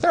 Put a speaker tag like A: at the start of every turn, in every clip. A: there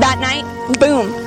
B: That night, boom,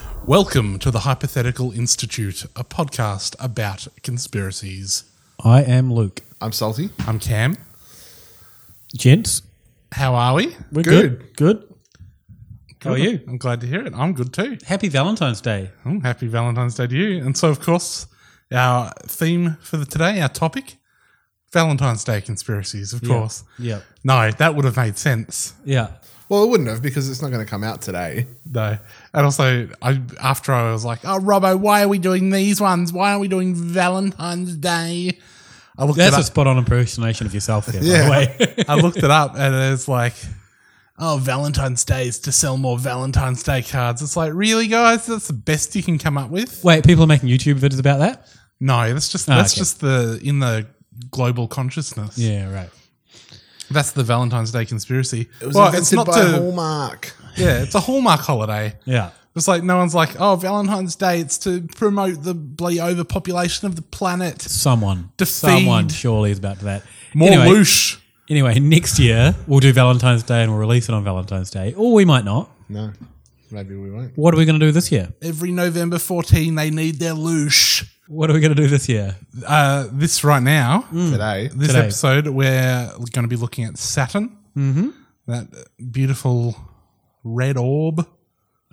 C: Welcome to the Hypothetical Institute, a podcast about conspiracies.
D: I am Luke.
E: I'm Salty.
C: I'm Cam.
D: Gents,
C: How are we?
D: we're good. Good. How are
C: Good.
D: you?
C: I'm glad to hear it. I'm good too.
D: Happy Valentine's Day.
C: Oh, happy Valentine's Day to you. And so, of course, our theme for the today, our topic, Valentine's Day conspiracies, of
D: Yeah.
C: course.
D: Yeah.
C: No, that would have made sense,
D: Yeah.
E: Well, it wouldn't have because it's not going to come out today.
C: though. And also, I after I was like, oh, Robbo, why are we doing these ones? Why are we doing Valentine's Day? I looked
D: That's
C: it
D: a
C: up.
D: spot on impersonation of yourself there,
C: Yeah.
D: by the way.
C: I looked it up and it's like, oh, Valentine's Day is to sell more Valentine's Day cards. It's like, really, guys? That's the best you can come up with?
D: Wait, people are making YouTube videos about that?
C: No, that's just
D: Ah,
C: that's
D: okay.
C: just the in the global consciousness.
D: Yeah, right.
C: That's the Valentine's Day conspiracy.
E: It was
C: Well,
E: invented
C: it's not
E: by
C: to
E: Hallmark.
C: yeah, it's a Hallmark holiday.
D: Yeah.
C: It's like no one's like, oh, Valentine's Day. It's to promote the bloody overpopulation of the planet.
D: Someone.
C: To
D: Someone
C: feed.
D: surely is about that.
C: More
D: anyway,
C: whoosh.
D: Anyway, next year we'll do Valentine's Day and we'll release it on Valentine's Day. Or we might not.
E: No, maybe we won't.
D: What are we going to do this year?
C: Every November 14, they need their loosh.
D: What are we going to do this year?
C: Uh, this right now,
E: Mm. Today,
C: this
D: Today.
C: episode, we're going to be looking at Saturn, mm-hmm. that beautiful red orb,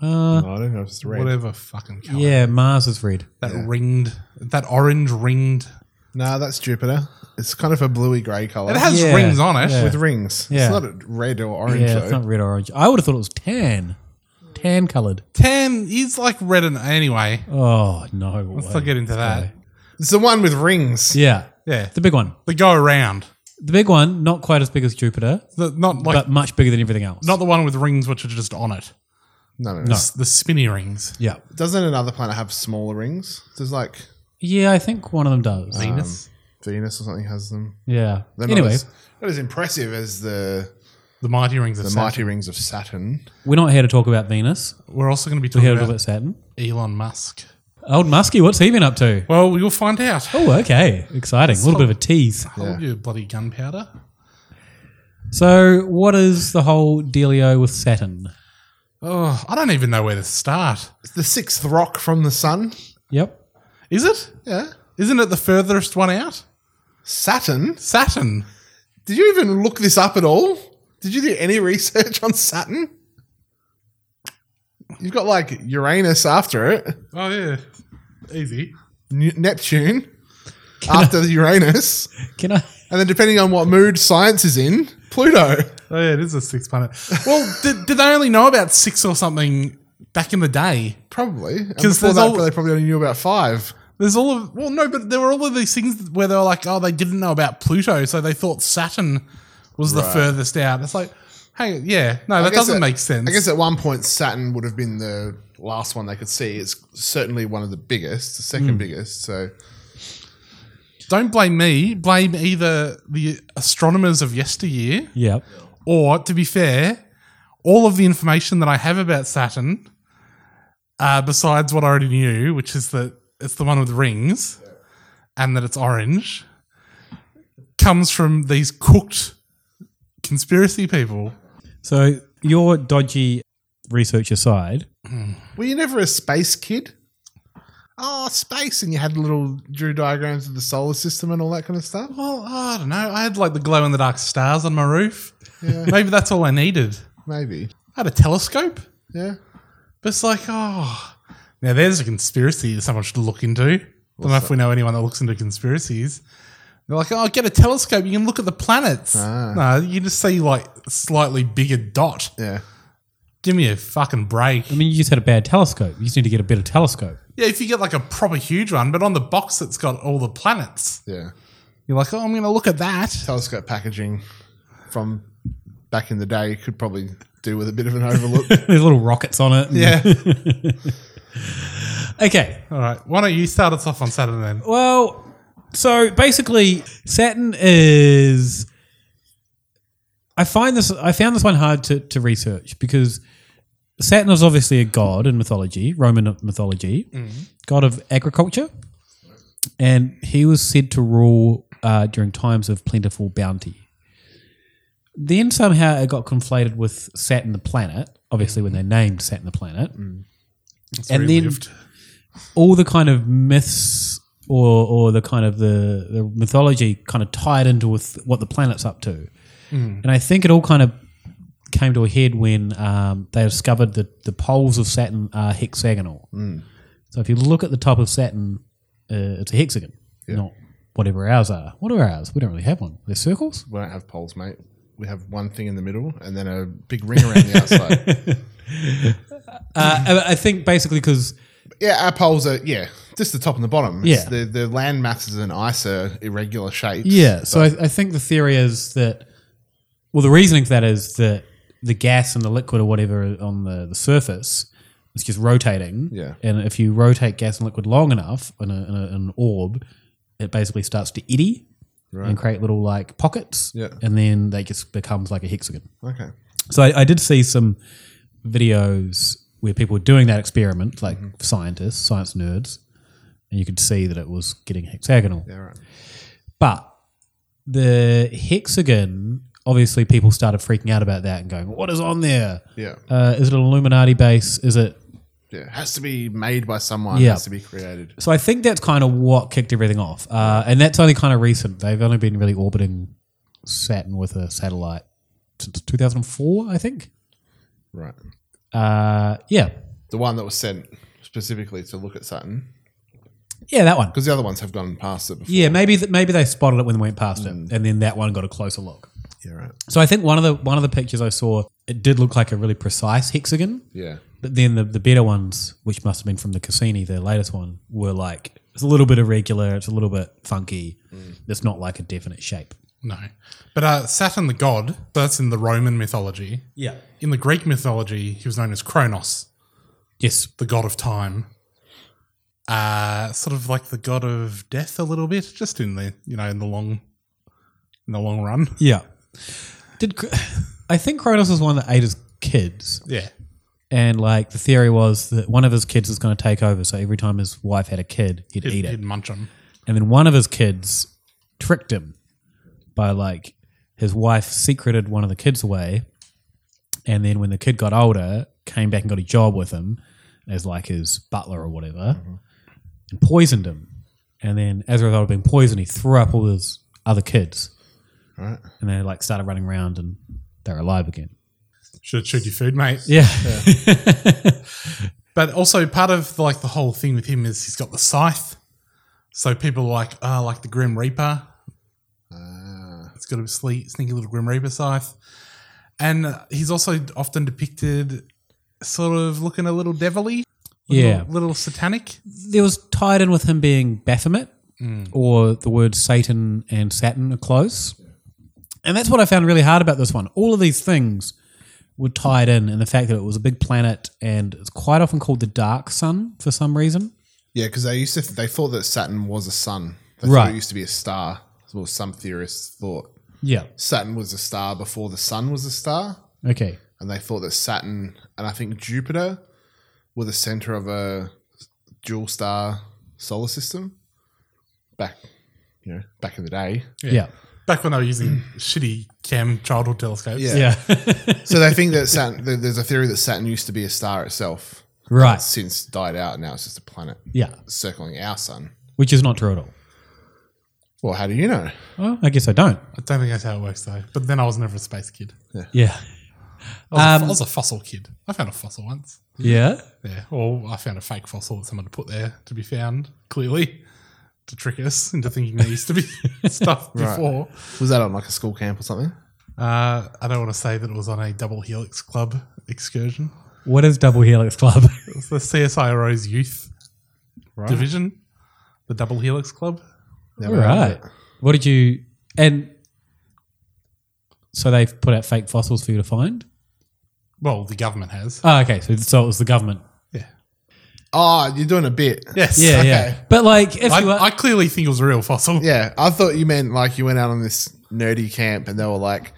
D: Uh,
E: No, I don't know if it's red.
C: whatever fucking color.
D: yeah, Mars is red.
C: That ringed, that orange ringed.
E: No, that's Jupiter. It's kind of a bluey grey color
C: It has
D: Yeah,
C: rings on it.
D: yeah.
E: with rings.
D: Yeah.
E: It's not a red or orange
D: Yeah,
E: though.
D: it's not red or orange. I would have thought it was tan. Tan coloured.
C: Tan is like red and anyway.
D: Oh, no.
C: Let's
D: way.
C: not get into that.
E: It's the one with rings.
D: Yeah.
C: Yeah,
D: The big one.
C: the go around,
D: The big one, not quite as big as Jupiter,
C: the, not like
D: but much bigger than everything else.
C: not the one with rings which are just on it.
E: No, no, no.
C: It's the spinny rings.
D: yeah.
E: Doesn't another planet have smaller rings? There's like um,
D: Yeah, I think one of them does.
C: Venus,
E: Venus or something has them.
D: yeah.
E: They're not
D: Anyway,
E: as, not as impressive as the
C: the mighty rings. Of
E: the
C: Saturn.
E: mighty rings of Saturn.
D: we're not here to talk about Venus.
C: We're also going to be
D: We're
C: talking
D: here to talk
C: about
D: about Saturn.
C: Elon Musk.
D: Old Muskie, what's he been up to?
C: Well, you'll find out.
D: Oh, okay. Exciting. A little bit of a tease.
C: Hold your bloody gunpowder.
D: So, what is the whole dealio with Saturn?
C: Oh, I don't even know where to start.
E: It's the sixth rock from the sun.
D: Yep.
C: Is it?
E: Yeah.
C: Isn't it the furthest one out?
E: Saturn.
C: Saturn.
E: Did you even look this up at all? Did you do any research on Saturn? You've got like Uranus after it,
C: Oh yeah, easy.
E: N- Neptune after Uranus,
D: Can I?
E: and then depending on what mood science is in, Pluto.
C: Oh yeah, it is a six planet. Well, did, did they only know about six or something back in the day?
E: Probably. And
C: 'Cause
E: before
C: there's
E: that,
C: all-
E: they probably only knew about five.
C: There's all of well, no, but there were all of these things where they were like, oh, they didn't know about Pluto, so they thought Saturn was the furthest out. It's like, hey, yeah, no, that
E: I guess
C: doesn't
E: at-
C: make sense.
E: I guess at one point Saturn would have been the last one they could see. It's certainly one of the biggest, the second
F: Hmm.
E: biggest. So
C: Don't blame me. Blame either the astronomers of yesteryear
D: Yep.
C: Or, to be fair, all of the information that I have about Saturn, uh, besides what I already knew, which is that it's the one with rings and that it's orange,
G: comes from these cooked conspiracy people.
C: So your dodgy research aside,
E: Were you never a space kid? Oh, space, and you had little drew diagrams of the solar system and all that kind of stuff.
G: Well, I don't know. I had like the glow in the dark stars on my roof. Maybe that's all I needed.
E: Maybe.
G: I had a telescope.
E: Yeah.
G: But it's like, oh, now there's a conspiracy that someone should look into. don't know if we know anyone that looks into conspiracies. They're like, oh, get a telescope. You can look at the planets.
E: Ah.
G: No, you just see like a slightly bigger dot.
E: Yeah.
G: Give me a fucking break.
C: I mean, you just had a bad telescope. You just need to get a better telescope.
G: Yeah, if you get like a proper huge one, but on the box it's got all the planets.
E: Yeah.
G: You're like, oh, I'm going to look at that.
E: Telescope packaging from back in the day could probably do with a bit of an overlook.
C: There's little rockets on it.
G: Yeah.
C: okay.
G: All right. Why don't you start us off on Saturday then?
C: Well, so basically, Saturn is. I find this. I found this one hard to, to research because Saturn is obviously a god in mythology, Roman mythology,
G: Mm-hmm.
H: Mhm.
C: god of agriculture, and he was said to rule uh, during times of plentiful bounty. Then somehow it got conflated with Saturn the planet. Obviously, when they
G: Mm-hmm.
C: named Saturn the planet,
E: Mm.
G: It's
C: and then
G: relived.
C: all the kind of myths or or the kind of the, the mythology kind of tied into with what the planet's up to.
H: Mm.
C: And I think it all kind of came to a head when um, they discovered that the poles of Saturn are hexagonal.
E: Mm.
C: So if you look at the top of Saturn, uh, it's a hexagon, not whatever ours are. What are ours? We don't really have one. They're circles.
E: We don't have poles, mate. We have one thing in the middle and then a big ring around the outside.
C: Uh, I- I think basically because
E: yeah, our poles are, yeah, just the top and the bottom.
C: Yeah.
E: The, the land masses and ice are irregular shapes.
C: Yeah. So I, I think the theory is that, well, the reasoning for that is that the gas and the liquid or whatever on the, the surface is just rotating.
E: Yeah.
C: And if you rotate gas and liquid long enough in, a, in, a, in an orb, it basically starts to eddy
E: Right.
C: and create little like pockets.
E: Yeah.
C: And then they just becomes like a hexagon.
E: Okay.
C: So I, I did see some videos where people were doing that experiment, like
E: Mm-hmm.
C: scientists, science nerds, and you could see that it was getting hexagonal.
E: Yeah, right.
C: But the hexagon, obviously, people started freaking out about that and going, "What is on there?
E: Yeah.
C: Uh, is it an Illuminati base? Is it
E: Yeah, it has to be made by someone.
C: Yeah.
E: It has to be created.
C: So I think that's kind of what kicked everything off, uh, and that's only kind of recent. They've only been really orbiting Saturn with a satellite since 2004, I think.
E: Right.
C: Uh, yeah,
E: The one that was sent specifically to look at Saturn.
C: yeah, that one.
E: Because the other ones have gone past it before. Mm.
C: Yeah, maybe th- maybe they spotted it when they went past it, and then that one got a closer look.
E: Yeah, right.
C: So I think one of the one of the pictures I saw, it did look like a really precise hexagon.
E: Yeah.
C: But then the, the better ones, which must have been from the Cassini, the latest one, were like it's a little bit irregular, it's a little bit funky.
E: Mm.
C: It's not like a definite shape.
G: No. But uh, Saturn the god, that's in the Roman mythology.
C: Yeah.
G: In the Greek mythology, he was known as Kronos.
C: Yes.
G: The god of time. Uh, sort of like the god of death a little bit, just in the you know, in the long in the long run.
C: Yeah. Did Cr- I think Kronos was one that ate his kids?
G: Yeah.
C: And like the theory was that one of his kids was going to take over, so every time his wife had a kid, he'd
G: He'd-
C: eat it,
G: he'd munch 'em.
C: And then one of his kids tricked him by like his wife secreted one of the kids away, and then when the kid got older, came back and got a job with him as like his butler or whatever, and poisoned him. And then as a result of being poisoned, he threw up all his other kids.
E: Right.
C: And they like started running around and they're alive again.
G: Should shoot your food, mate.
C: Yeah.
G: but also part of like the whole thing with him is he's got the scythe. So people are like, ah, like the Grim Reaper. it's got a sle- sneaky little Grim Reaper scythe. And uh, he's also often depicted sort of looking a little devilly. little-
C: Yeah.
G: Little satanic.
C: There was tied in with him being Baphomet
G: Mm.
C: or the word Satan and Saturn are close. And that's what I found really hard about this one. All of these things were tied in, and the fact that it was a big planet and it's quite often called the dark sun for some reason.
E: Yeah, because they used to they thought that Saturn was a sun. They thought
C: Right.
E: it used to be a star. Well, some theorists thought.
C: Yeah.
E: Saturn was a star before the sun was a star,
C: Okay.
E: and they thought that Saturn and I think Jupiter were the center of a dual star solar system. Back, you know, back in the day.
C: Yeah.
D: Back when they were using shitty cam childhood telescopes.
E: Yeah. so they think that Saturn, th- there's a theory that Saturn used to be a star itself.
C: Right.
E: It's Since died out, now it's just a planet.
C: Yeah.
E: Circling our sun.
C: Which is not true at all.
E: Well, how do you know?
C: Well, I guess I don't.
D: I don't think that's how it works though. But then I was never a space kid.
E: Yeah.
C: Yeah.
D: I was, a-
C: Um,
D: I was a fossil kid. I found a fossil once.
C: Yeah?
D: Yeah. Well, I found a fake fossil that someone had put there to be found, clearly, to trick us into thinking there used to be stuff
E: Right.
D: before.
E: Was that on like a school camp or something?
D: Uh, I don't want to say that it was on a double helix club excursion.
C: What is Double Helix Club?
D: It was the CSIRO's youth
C: Right.
D: division, the double helix club.
C: All right. What did you and so they've put out fake fossils for you to find?
D: Well, the government has.
C: Oh, okay. So, so it was the government.
E: Oh, you're doing a bit.
D: Yes.
C: Yeah, yeah. But like, if
D: I,
C: you are-
D: I clearly think it was a real fossil.
E: Yeah, I thought you meant like you went out on this nerdy camp and they were like,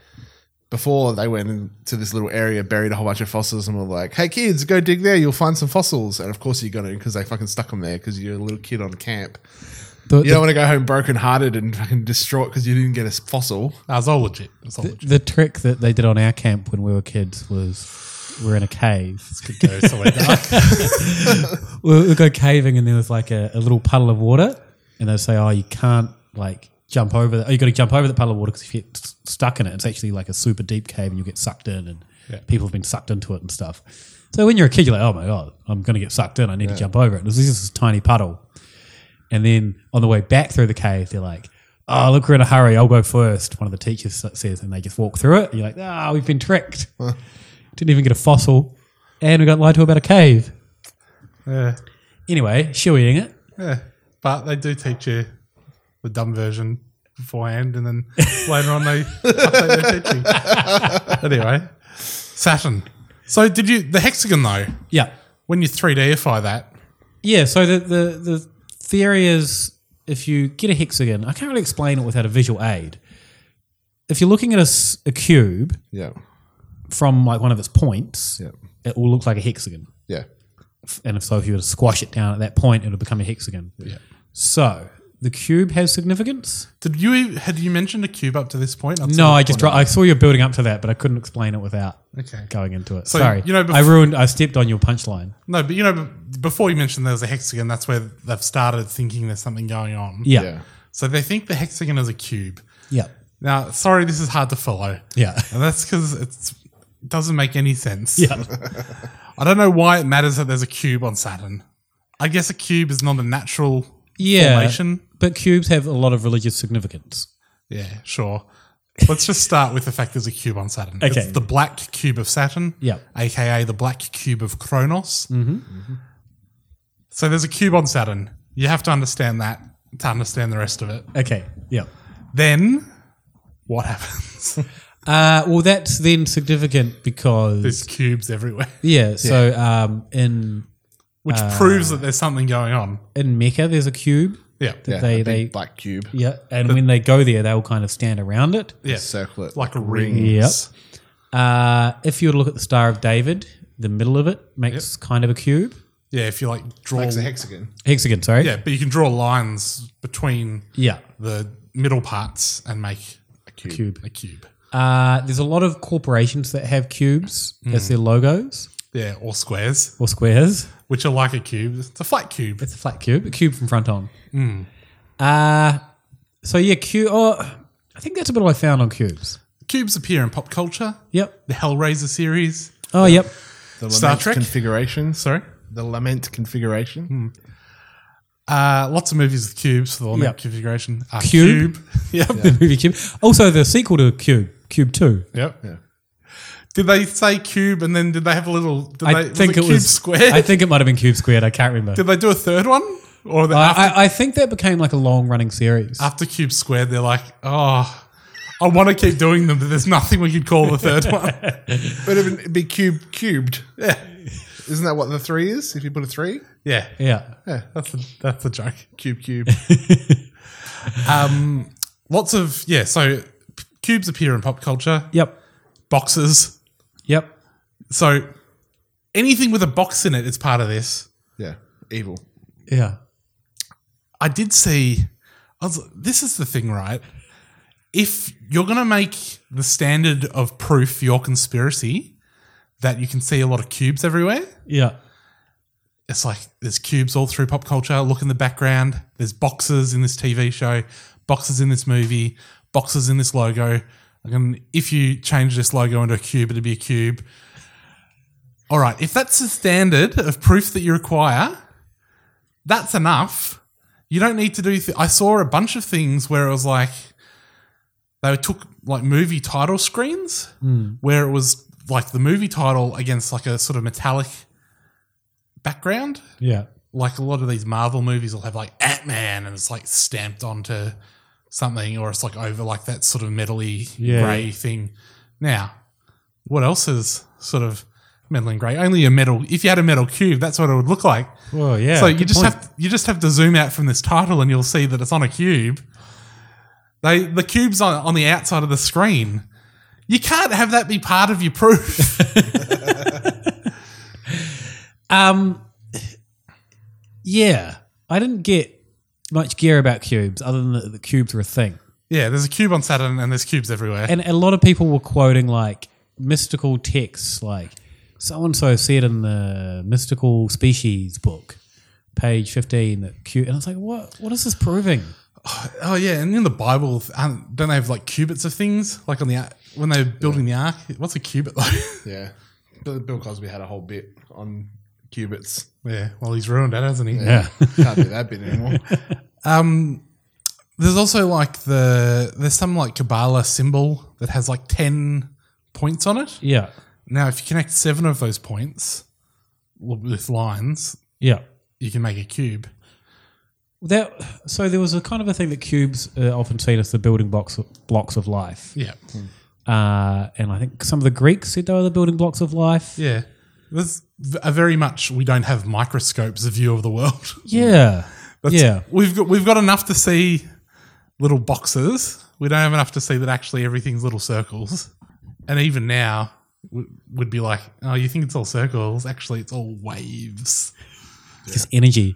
E: before they went into this little area, buried a whole bunch of fossils and were like, hey kids, go dig there, you'll find some fossils. And of course you got to because they fucking stuck them there because you're a little kid on camp.
C: The-
E: you
C: the-
E: don't want to go home broken hearted and fucking distraught because you didn't get a fossil.
D: That was all legit. That's all
C: The, the trick that they did on our camp when we were kids was we're in a cave.
D: go somewhere dark.
C: we'll, we'll go caving, and there was like a, a little puddle of water, and they say, "Oh, you can't like jump over. The, oh, you got to jump over the puddle of water because if you get s- stuck in it, it's actually like a super deep cave, and you get sucked in, and
D: Yeah.
C: people have been sucked into it and stuff." So when you're a kid, you're like, "Oh my god, I'm going to get sucked in. I need
E: Yeah.
C: to jump over it." This is this tiny puddle, and then on the way back through the cave, they're like, "Oh, look, we're in a hurry. I'll go first. One of the teachers s- says, and they just walk through it. And you're like, "Ah, we've been tricked. Didn't even get a fossil, and we got lied to about a cave."
D: Yeah.
C: Anyway, shooeying it.
D: Yeah, but they do teach you the dumb version beforehand, and then later on they update their teaching. anyway, Saturn. So did you the hexagon though?
C: Yeah.
D: When you three Dify that,
C: Yeah. So the, the the theory is if you get a hexagon, I can't really explain it without a visual aid. If you're looking at a, s- a cube,
E: Yeah.
C: from like one of its points, it will look like a hexagon.
E: Yeah.
C: F- And if so, if you were to squash it down at that point, it'll become a hexagon.
D: Yeah.
C: So the cube has significance.
D: did you ev- had you mentioned a cube up to this point?
C: no, I just dro- I saw you building up to that, but I couldn't explain it without
D: Okay.
C: going into it.
D: So,
C: Sorry,
D: you know,
C: I
D: bef-
C: ruined. I stepped on your punchline.
D: No, but you know, b- before you mentioned there was a hexagon, that's where they've started thinking there's something going on.
C: Yeah. Yeah.
D: So they think the hexagon is a cube.
C: Yeah.
D: Now, sorry, this is hard to follow.
C: Yeah.
D: And that's because it doesn't make any sense.
C: Yeah.
D: I don't know why it matters that there's a cube on Saturn. I guess a cube is not a natural
C: Yeah,
D: formation.
C: but cubes have a lot of religious significance.
D: Yeah, sure. Let's just start with the fact there's a cube on Saturn.
C: Okay.
D: It's the black cube of Saturn.
C: Yeah.
D: AKA the black cube of Kronos.
C: Mhm.
D: So there's a cube on Saturn. You have to understand that to understand the rest of it.
C: Okay. Yeah.
D: Then what happens?
C: Uh, well, that's then significant because
D: there's cubes everywhere.
C: yeah. So um, in
D: Which
C: uh,
D: proves that there's something going on.
C: in Mecca, there's a cube.
D: Yeah.
C: that
D: Yeah, a
C: they
D: big
C: they
E: black cube.
C: Yeah, and when they go there, they'll kind of stand around it.
D: Yeah.
E: Circle it.
D: Like
C: Yep.
D: rings.
C: Uh, if you were to look at the Star of David, the middle of it makes kind of a cube.
D: Yeah, if you like draw
E: Makes a hexagon.
C: Hexagon, sorry.
D: Yeah, but you can draw lines between
C: Yeah.
D: the middle parts and make a
E: cube.
C: Cube.
D: A cube.
C: Uh, there's a lot of corporations that have cubes as
D: Mm.
C: their logos
D: Yeah, or squares,
C: or squares.
D: which are like a cube. It's a flat cube.
C: It's a flat cube, a cube from front on.
D: Mm.
C: Uh, so yeah, cube. Oh, I think that's a bit what I found on cubes.
D: Cubes appear in pop culture.
C: Yep.
D: The Hellraiser series.
C: Oh, yep.
E: The
D: Star
E: lament
D: Trek?
E: configuration.
D: Sorry?
E: The lament configuration.
D: Uh, lots of movies with cubes for the
C: Yep.
D: yep. configuration. Uh,
C: Cube.
D: Yep.
C: the movie Cube. Also, the sequel to Cube, Cube Two.
D: Yep. Did they say cube and then did they have a little? Did
C: I
D: they, was
C: think
D: it,
C: it,
D: cube
C: was
D: squared?
C: I think it might have been Cube Squared. I can't remember.
D: Did they do a third one? Or the,
C: I,
D: after,
C: I, I think that became like a long running series.
D: after cube squared, they're like, oh, I want to keep doing them, but there's nothing we could call the third one.
E: But it'd be- it'd be cube cubed.
D: Yeah.
E: Isn't that what the three is? If you put a three?
D: Yeah.
C: Yeah.
D: Yeah, that's a, that's a joke.
E: Cube cube.
D: Um, lots of yeah. So p- cubes appear in pop culture.
C: Yep.
D: Boxes.
C: Yep.
D: So anything with a box in it is part of this.
E: yeah. Evil.
C: Yeah.
D: I did see. I was, this is the thing, right?
E: if you're going to make the standard of proof for your conspiracy that you can see a lot of cubes everywhere,
C: Yeah.
E: it's like there's cubes all through pop culture. Look in the background. There's boxes in this TV show, boxes in this movie, boxes in this logo. Like, and if you change this logo into a cube, it'd be a cube. All right. If that's the standard of proof that you require, that's enough. You don't need to do. Th- I saw a bunch of things where it was like they took like movie title screens
C: Hmm.
E: where it was like the movie title against like a sort of metallic background.
C: Yeah.
E: Like a lot of these Marvel movies will have like Ant Man and it's like stamped onto something or it's like over like that sort of metally
C: Yeah.
E: grey thing. Now, what else is sort of metal and grey? Only a metal if you had a metal cube, that's what it would look like.
C: Well, yeah,
E: So you
C: good
E: just
C: point.
E: have to, you just have to zoom out from this title and you'll see that it's on a cube. They the cube's on, on the outside of the screen. You can't have that be part of your proof.
C: Um, yeah, I didn't get much gear about cubes, other than that the cubes were a thing.
E: yeah, there's a cube on Saturn and there's cubes everywhere.
C: And a lot of people were quoting like mystical texts, like so and so said in the mystical species book, page fifteen, that cube. And I was like, what? What is this proving?
E: Oh yeah, and in the Bible, um, don't they have like cubits of things? Like on the ar- when they're building the ark, what's a cubit like?
I: Yeah. Bill Bill Cosby had a whole bit on qubits.
E: Yeah, well, he's ruined that, hasn't he?
I: Yeah. Can't do that bit anymore.
E: um, there's also like the there's some like Kabbalah symbol that has like ten points on it.
C: Yeah.
E: Now, if you connect seven of those points with lines,
C: Yeah.
E: you can make a cube.
C: That so there was a kind of a thing that cubes are often seen as the building blocks blocks of life.
E: Yeah.
C: Uh, and I think some of the Greeks said they were the building blocks of life.
E: Yeah, there's v- a very much we don't have microscopes a view of the world.
C: Yeah.
E: That's-
C: Yeah.
E: We've got we've got enough to see little boxes. We don't have enough to see that actually everything's little circles. And even now, w- would be like, oh, you think it's all circles? Actually, it's all waves.
C: Just energy.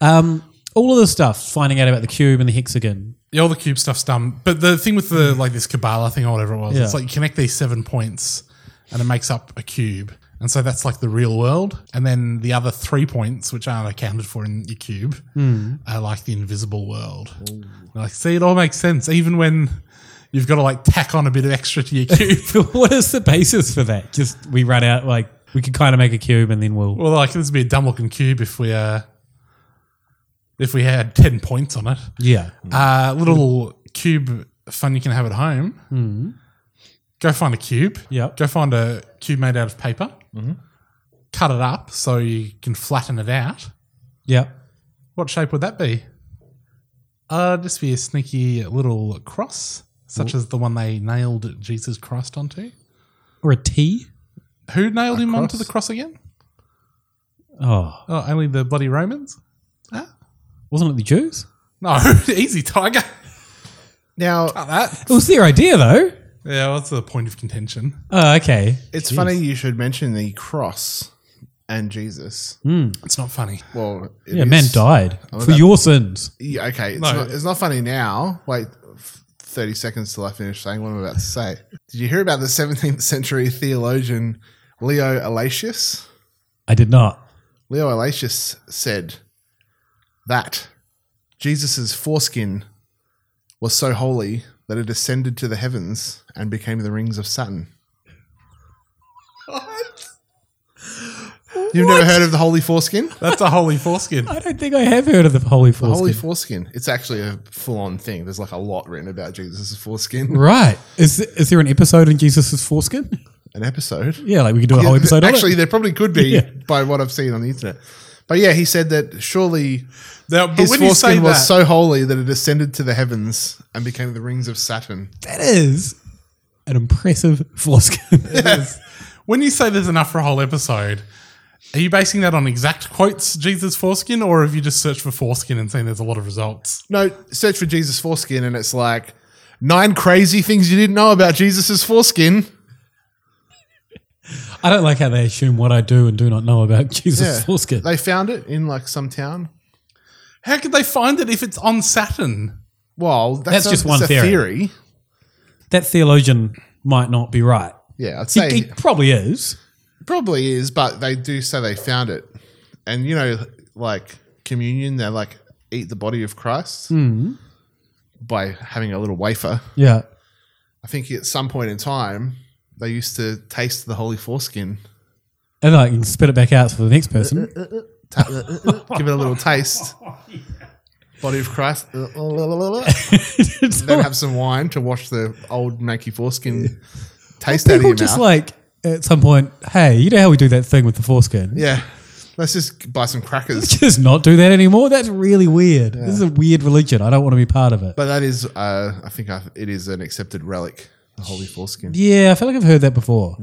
C: Um, all of this stuff, finding out about the cube and the hexagon.
E: Yeah, all the cube stuff's dumb. But the thing with the like this Kabbalah thing or whatever it was, it's
C: Mm. Yeah.
E: like you connect these seven points and it makes up a cube. And so that's like the real world. And then the other three points, which aren't accounted for in your cube,
C: Hmm.
E: are like the invisible world. Like, see, it all makes sense. Even when you've got to like tack on a bit of extra to your cube.
C: what is the basis for that? Just we run out like we could kind of make a cube and then we'll
E: Well, like this would be a dumb looking cube if we uh if we had ten points on it.
C: Yeah.
E: Uh little cube fun you can have at home.
C: Hmm.
E: Go find a cube.
C: Yeah.
E: Go find a cube made out of paper.
I: Mm-hmm.
E: Cut it up so you can flatten it out.
C: Yeah.
E: What shape would that be? Uh just be a sneaky little cross, such as the one they nailed Jesus Christ onto.
C: Or a T?
E: Who nailed
C: A
E: him onto
C: cross?
E: the cross again?
C: Oh.
E: Oh, only the bloody Romans?
C: Wasn't it the Jews?
E: No, easy tiger.
I: Now
C: It was their idea though.
E: Yeah, what's the point of contention?
C: Oh, okay.
I: It's
E: Jeez.
I: funny you should mention the cross and Jesus.
C: Hmm.
E: It's not funny.
I: Well, it
C: Yeah,
I: is.
C: man died
I: Oh,
C: for
I: that-
C: your sins.
I: Yeah, okay, it's,
C: No.
I: not, it's not funny now. Wait, f- thirty seconds till I finish saying what I'm about to say. Did you hear about the 17th century theologian Leo Alatius?
C: I did not.
I: Leo Alatius said that Jesus' foreskin was so holy that it ascended to the heavens and became the rings of Saturn. You've never heard of the holy foreskin?
E: That's a holy foreskin.
C: I don't think I have heard of the holy
I: The holy
C: foreskin.
I: foreskin. It's actually a full on thing. There's like a lot written about Jesus' foreskin.
C: right. Is is there an episode on Jesus' foreskin?
I: An episode?
C: Yeah, like we could do a whole
I: Yeah,
C: episode on it.
I: Actually, there probably could be
C: Yeah.
I: by what I've seen on the internet. But yeah, he said that surely
E: Now, but
I: his
E: when you say
I: foreskin was
E: that-
I: so holy that it ascended to the heavens and became the rings of Saturn.
C: That is an impressive foreskin.
E: When you say there's enough for a whole episode, are you basing that on exact quotes, Jesus foreskin, or have you just searched for foreskin and seen there's a lot of results?
I: No, search for Jesus foreskin, and it's like nine crazy things you didn't know about Jesus' foreskin.
C: I don't like how they assume what I do and do not know about Jesus'
I: Yeah.
C: foreskin.
I: They found it in like some town.
E: How could they find it if it's on Saturn?
I: Well,
C: That's just one
I: a
C: theory.
I: theory.
D: that theologian might not be right.
E: Yeah, I'd
D: He-
E: say
D: he probably is.
E: Probably is, but they do say they found it, and you know, like communion, they like eat the body of Christ
D: Hmm.
E: by having a little wafer.
D: Yeah.
E: I think at some point in time they used to taste the holy foreskin,
D: And like, you can spit it back out for the next person.
C: Uh,
E: Ta- give it a little taste.
D: Oh,
E: Body of Christ. then have some wine to wash the old manky foreskin taste out of
D: People
E: your
D: just
E: mouth.
D: like at some point, hey, you know how we do that thing with the foreskin?
E: yeah, let's just buy some crackers.
D: Just not do that anymore. That's really weird. This is a weird religion. I don't want to be part of it.
E: But that is, uh, I think, I, it is an accepted relic, the holy foreskin.
D: Yeah, I feel like I've heard that before.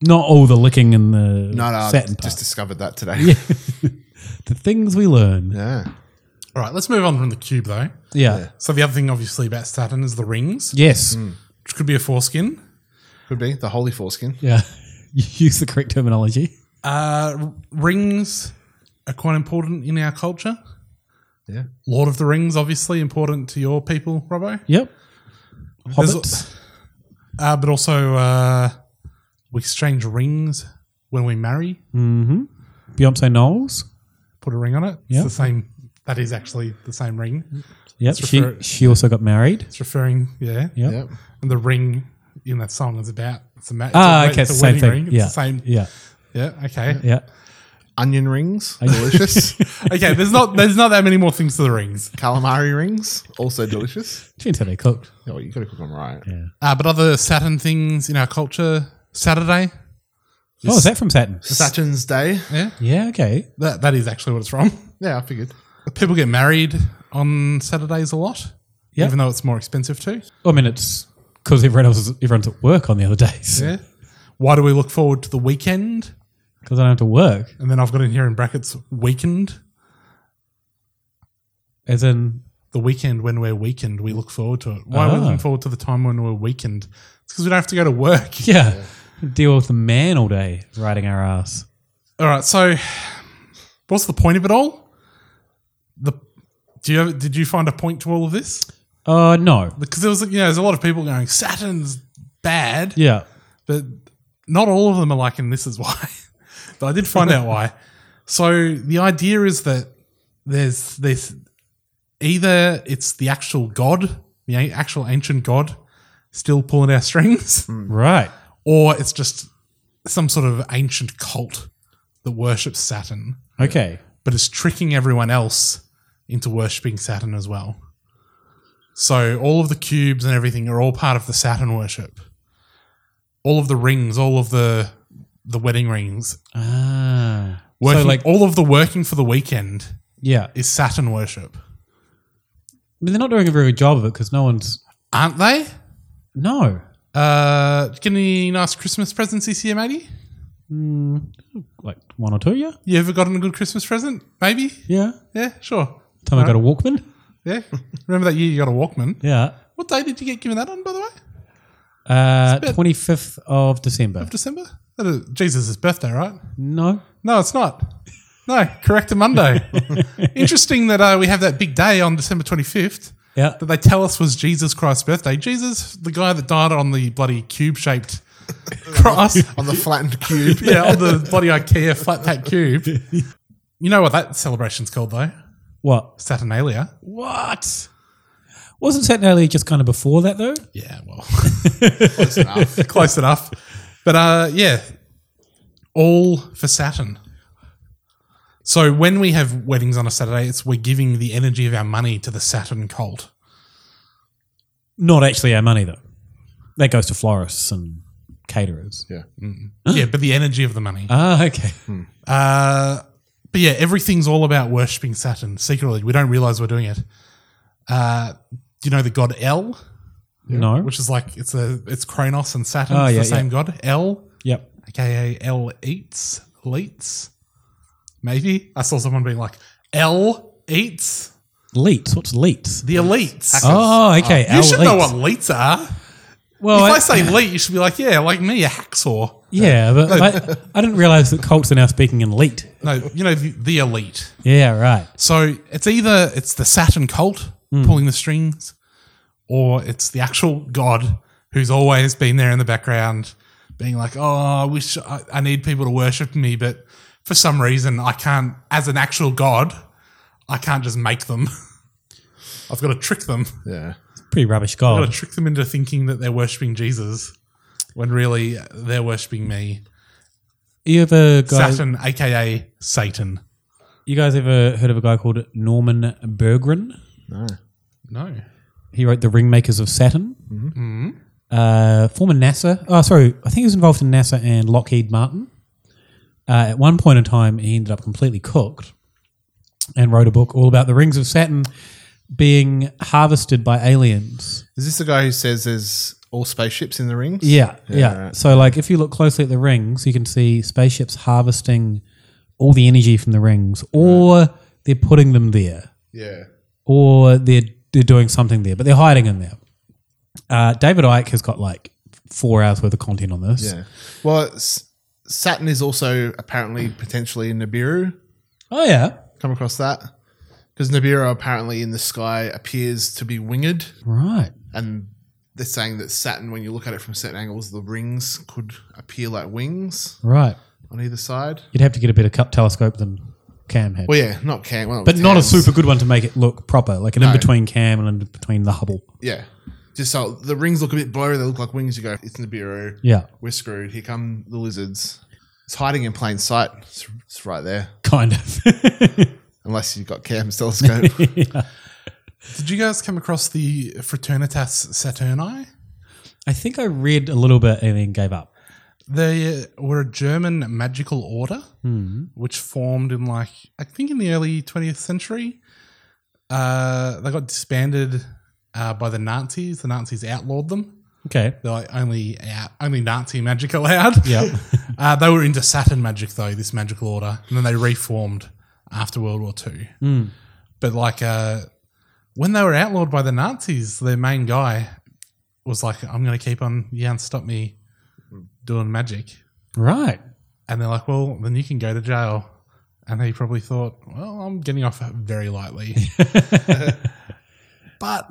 D: Not all the licking and the
E: Mm. No, no, I
D: satin
E: uh, just
D: part.
E: discovered that today.
D: Yeah. the things we learn.
E: Yeah.
C: All right, let's move on from the cube though.
D: Yeah. Yeah.
C: So the other thing, obviously, about Saturn is the rings.
D: Yes. Mm.
C: Which could be a foreskin.
E: Could be the holy foreskin.
D: Yeah. You use the correct terminology.
C: Uh, r- rings are quite important in our culture.
E: Yeah.
C: Lord of the Rings, obviously, important to your people, Robbo.
D: Yep.
C: There's-
D: Hobbits.
C: Uh, but also, uh, we exchange rings when we marry.
D: Mm-hmm. Beyonce Knowles.
C: Put a ring on it. It's
D: Yeah.
C: the same. That is actually the same ring.
D: Yep.
C: It's,
D: She,
C: refer-
D: she also got married.
C: it's referring, yeah.
D: Yep. Yep.
C: And the ring in that song is about. It's a, ma- it's
D: Ah,
C: a,
D: okay,
C: It's a
D: same
C: wedding
D: thing.
C: ring. It's
D: Yeah,
C: the same.
D: yeah.
C: Yeah. Okay.
D: Yeah.
E: Onion rings,
D: Onion-
E: delicious.
C: okay. There's not. There's not that many more things to the rings.
E: Calamari rings, also delicious.
D: Depends how they cooked.
E: Oh, you got to cook them right.
D: Yeah.
C: Uh, but other Saturn things in our culture, Saturday.
D: Oh, is that from Saturn?
E: Saturn's Day.
C: Yeah.
D: Yeah, okay.
C: That that is actually what it's from.
E: Yeah, I figured.
C: People get married on Saturdays a lot.
D: Yeah.
C: Even though it's more expensive too.
D: I mean, it's because everyone else is, everyone's at work on the other days.
C: Yeah. Why do we look forward to the weekend?
D: Because I don't have to work.
C: And then I've got in here in brackets weekend.
D: As in,
C: The weekend when we're weakened, we look forward to it. Why are we
D: Ah.
C: looking forward to the time when we're weakened? It's because we don't have to go to work.
D: yeah, deal with the man all day riding our ass.
C: All right. So, what's the point of it all? The do you have, did you find a point to all of this?
D: Uh, no.
C: Because there was you know there's a lot of people going Saturn's bad,
D: Yeah.
C: but not all of them are like, and this is why. but I did find out why. So the idea is that there's this either it's the actual god, the a- actual ancient god, still pulling our strings,
D: Right.
C: or it's just some sort of ancient cult that worships Saturn.
D: Okay.
C: but it's tricking everyone else into worshipping Saturn as well. So all of the cubes and everything are all part of the Saturn worship. All of the rings, all of the the wedding rings,
D: Ah.
C: working,
D: so, like,
C: all of the working for the weekend
D: yeah.
C: is Saturn worship,
D: But they're not doing a very good job of it because no one's.
C: aren't they?
D: No.
C: Uh, get any nice Christmas presents this year, matey?
D: Mm, like one or two, yeah?
C: You ever gotten a good Christmas present? Maybe.
D: Yeah.
C: Yeah, sure.
D: Time I got a
C: Alright.
D: Walkman.
C: Yeah, remember that year you got a Walkman?
D: Yeah.
C: What day did you get given that on, by the way?
D: Uh,
C: bit-
D: 25th of December.
C: Of December? That is Jesus' birthday, right?
D: no.
C: No, it's not. No, correct Monday. Interesting that uh, we have that big day on December 25th
D: Yeah.
C: that they tell us was Jesus Christ's birthday. Jesus, the guy that died on the bloody cube shaped cross.
E: On the flattened cube.
C: yeah, on the bloody IKEA flat pack cube. You know what that celebration's called, though?
D: What?
C: Saturnalia.
D: What? Wasn't Saturnalia just kind of before that, though?
C: Yeah, well, close enough. close enough. But uh, yeah, all for Saturn. So when we have weddings on a Saturday, it's we're giving the energy of our money to the Saturn cult.
D: Not actually our money, though. That goes to florists and caterers.
E: Yeah.
C: yeah, Mm. but the energy of the money.
D: Ah, okay.
C: Uh, but yeah, everything's all about worshipping Saturn secretly. We don't realize we're doing it. Uh, do you know the god El,
D: No.
C: which is like it's a it's Kronos and Saturn,
D: Oh,
C: it's
D: yeah,
C: the same god. El,
D: Yep.
C: aka L Eats, Leets. Maybe I saw someone being like L Eats,
D: Leets. What's leets?
C: the elites.
D: Oh, okay.
C: uh, you should know
D: elites.
C: what leets are.
D: Well,
C: if I,
D: I-
C: say leet, you should be like, yeah, like me, a hacksaw.
D: Yeah, but I, I didn't realize that cults are now speaking in leet.
C: No, you know the, the elite.
D: Yeah, right.
C: So it's either
J: Hmm.
C: it's the Saturn cult pulling the strings, or it's the actual god who's always been there in the background, being like, "Oh, I wish I, I need people to worship me, but for some reason, I can't. As an actual god, I can't just make them. I've got to trick them.
E: Yeah,
J: pretty rubbish
C: I've got
J: god.
C: to trick them into thinking that they're worshiping Jesus, when really they're worshiping me,
J: You ever guys,
C: Saturn, aka Satan.
J: you guys ever heard of a guy called Norman Berggren?
E: No.
C: No.
J: He wrote The Ringmakers of Saturn.
C: Mm-hmm.
J: Uh, former NASA. Oh, sorry. I think he was involved in NASA and Lockheed Martin. Uh, at one point in time, he ended up completely cooked and wrote a book all about the rings of Saturn being harvested by aliens.
E: Is this the guy who says there's all spaceships in the rings?
J: Yeah, yeah.
E: right.
J: So, like, if you look closely at the rings, you can see spaceships harvesting all the energy from the rings, or they're putting them there.
E: Yeah.
J: Or they're they're doing something there, but they're hiding in there. Uh, David Icke has got like four hours worth of content on this.
E: Yeah. Well, it's, Saturn is also apparently potentially Nibiru.
J: Oh yeah.
E: Come across that because Nibiru apparently in the sky appears to be winged.
J: Right.
E: And they're saying that Saturn, when you look at it from certain angles, the rings could appear like wings.
J: Right.
E: On either side.
J: You'd have to get a better cup telescope than Cam had.
E: Well, yeah, not Cam, well,
J: but not a
E: Cam's-
J: super good one to make it look proper, like an
E: No.
J: in between Cam and in between the Hubble.
E: Yeah. Just so the rings look a bit blurry. They look like wings. You go, it's Nibiru.
J: Yeah.
E: We're screwed. Here come the lizards. It's hiding in plain sight. It's, it's right there.
J: Kind of.
E: Unless you've got Cam's telescope.
C: Did you guys come across the Fraternitas Saturni?
J: I think I read a little bit and then gave up.
C: They were a German magical order,
J: Hmm.
C: which formed in like I think in the early 20th century. Uh, they got disbanded uh, by the Nazis. The Nazis outlawed them.
J: Okay.
C: they're like only out, only Nazi magic allowed.
J: Yep.
C: uh, they were into Saturn magic though. This magical order, and then they reformed after World War Two.
J: Mm.
C: But like uh, when they were outlawed by the Nazis, their main guy was like, "I'm going to keep on. You can't stop me doing magic."
J: Right.
C: And they're like, "Well, then you can go to jail." And he probably thought, "Well, I'm getting off very lightly." but